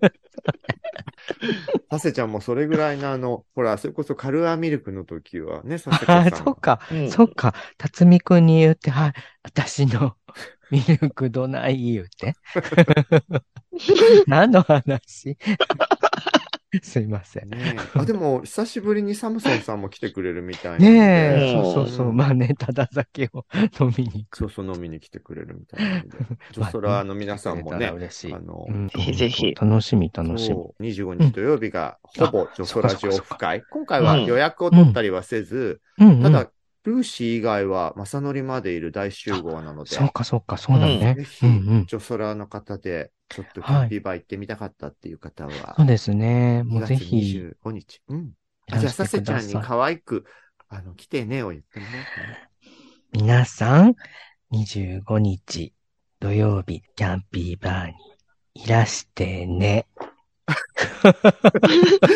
Speaker 2: させちゃんもそれぐらいのあの、ほら、それこそカルアミルクの時はね、させこさん
Speaker 3: あ
Speaker 2: は。
Speaker 3: あ、そっか、
Speaker 4: うん
Speaker 3: そっか。辰巳くんに言って、はい、私のミルクどない言うて。 <laughs> 何の話 <laughs> すいません。
Speaker 2: ねえあ、でも、久しぶりにサムソンさんも来てくれるみたいなので。
Speaker 3: ねえ、
Speaker 4: うん
Speaker 3: そうそうそう。まあね、ただ酒を飲みに行く。
Speaker 2: そうそう飲みに来てくれるみたい
Speaker 3: <laughs>
Speaker 2: なので。ジ
Speaker 3: ま
Speaker 2: ョ
Speaker 3: あ
Speaker 2: ソラーの皆さんもね
Speaker 3: くれたら、嬉しい
Speaker 2: あ。の、
Speaker 3: うん
Speaker 4: ぜひぜひ
Speaker 3: 楽しみ、楽しみ。
Speaker 2: そう25日土曜日がほぼジョソラジオ
Speaker 3: そ
Speaker 2: オ
Speaker 3: っかそ
Speaker 2: フ
Speaker 3: っ
Speaker 2: 会。今回は予約を取ったりはせず、
Speaker 3: うんうん、
Speaker 2: ただ、ルーシー以外は、まさのりまでいる大集合なので、
Speaker 3: そうか、そうか、そうだね
Speaker 2: ぜ。ひ、
Speaker 3: う
Speaker 2: ジ
Speaker 3: んうん。
Speaker 2: ョソラの方で、ちょっとキャンピーバー行ってみたかったっていう方は、
Speaker 3: そうですね。も
Speaker 2: 2
Speaker 3: う
Speaker 2: 月
Speaker 3: ぜひ、
Speaker 2: 25日。うん。
Speaker 3: い
Speaker 2: あ
Speaker 3: ら
Speaker 2: じゃあ、
Speaker 3: し
Speaker 2: さ
Speaker 3: て
Speaker 2: せ
Speaker 3: く
Speaker 2: ちゃ
Speaker 3: だ
Speaker 2: んに
Speaker 3: さい。
Speaker 2: 可愛く、あの、来てねを言ってもらおうかな。
Speaker 3: 皆さん、25日土曜日、キャンピーバーにいらし
Speaker 2: <laughs>
Speaker 3: てね。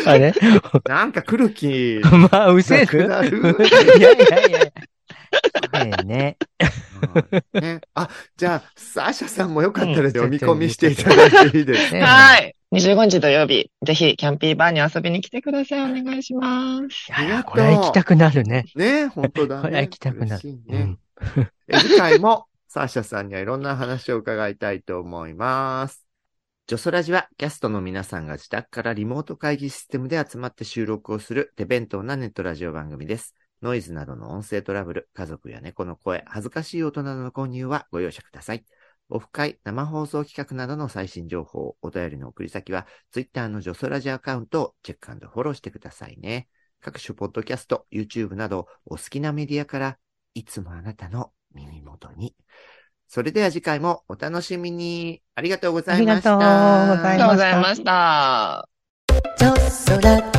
Speaker 3: あれ <laughs>
Speaker 2: なんか来る気、
Speaker 3: まあ、うせるい
Speaker 2: な
Speaker 3: や
Speaker 2: く
Speaker 3: い
Speaker 2: なる
Speaker 3: やいや。ねえね。
Speaker 2: うんね。あ、じゃあ、サーシャさんもよかったら
Speaker 3: うん
Speaker 2: 読み込みしていただいていい
Speaker 3: <laughs>
Speaker 2: ですか
Speaker 3: ね
Speaker 4: はい。25日土曜日、ぜひキャンピーバーに遊びに来てください。お願いします。
Speaker 3: いや、これは行きたくなるね。
Speaker 2: ね本当だ、ね。
Speaker 3: <laughs> これは行きたくなる
Speaker 2: 嬉しい
Speaker 3: うん
Speaker 2: ね。え次回も、サーシャさんにはいろんな話を伺いたいと思います。ジョソラジは、キャストの皆さんが自宅からリモート会議システムで集まって収録をする手弁当なネットラジオ番組です。ノイズなどの音声トラブル、家族や猫の声、恥ずかしい音などの購入はご容赦ください。オフ会、生放送企画などの最新情報、お便りの送り先は、Twitter のジョソラジアカウントをチェックフォローしてくださいね。各種ポッドキャスト、YouTube など、お好きなメディアから、いつもあなたの耳元に。それでは次回もお楽しみに。ありがとうございました。
Speaker 3: ありがとうございました
Speaker 4: ありがとうございました。
Speaker 1: ジョソラ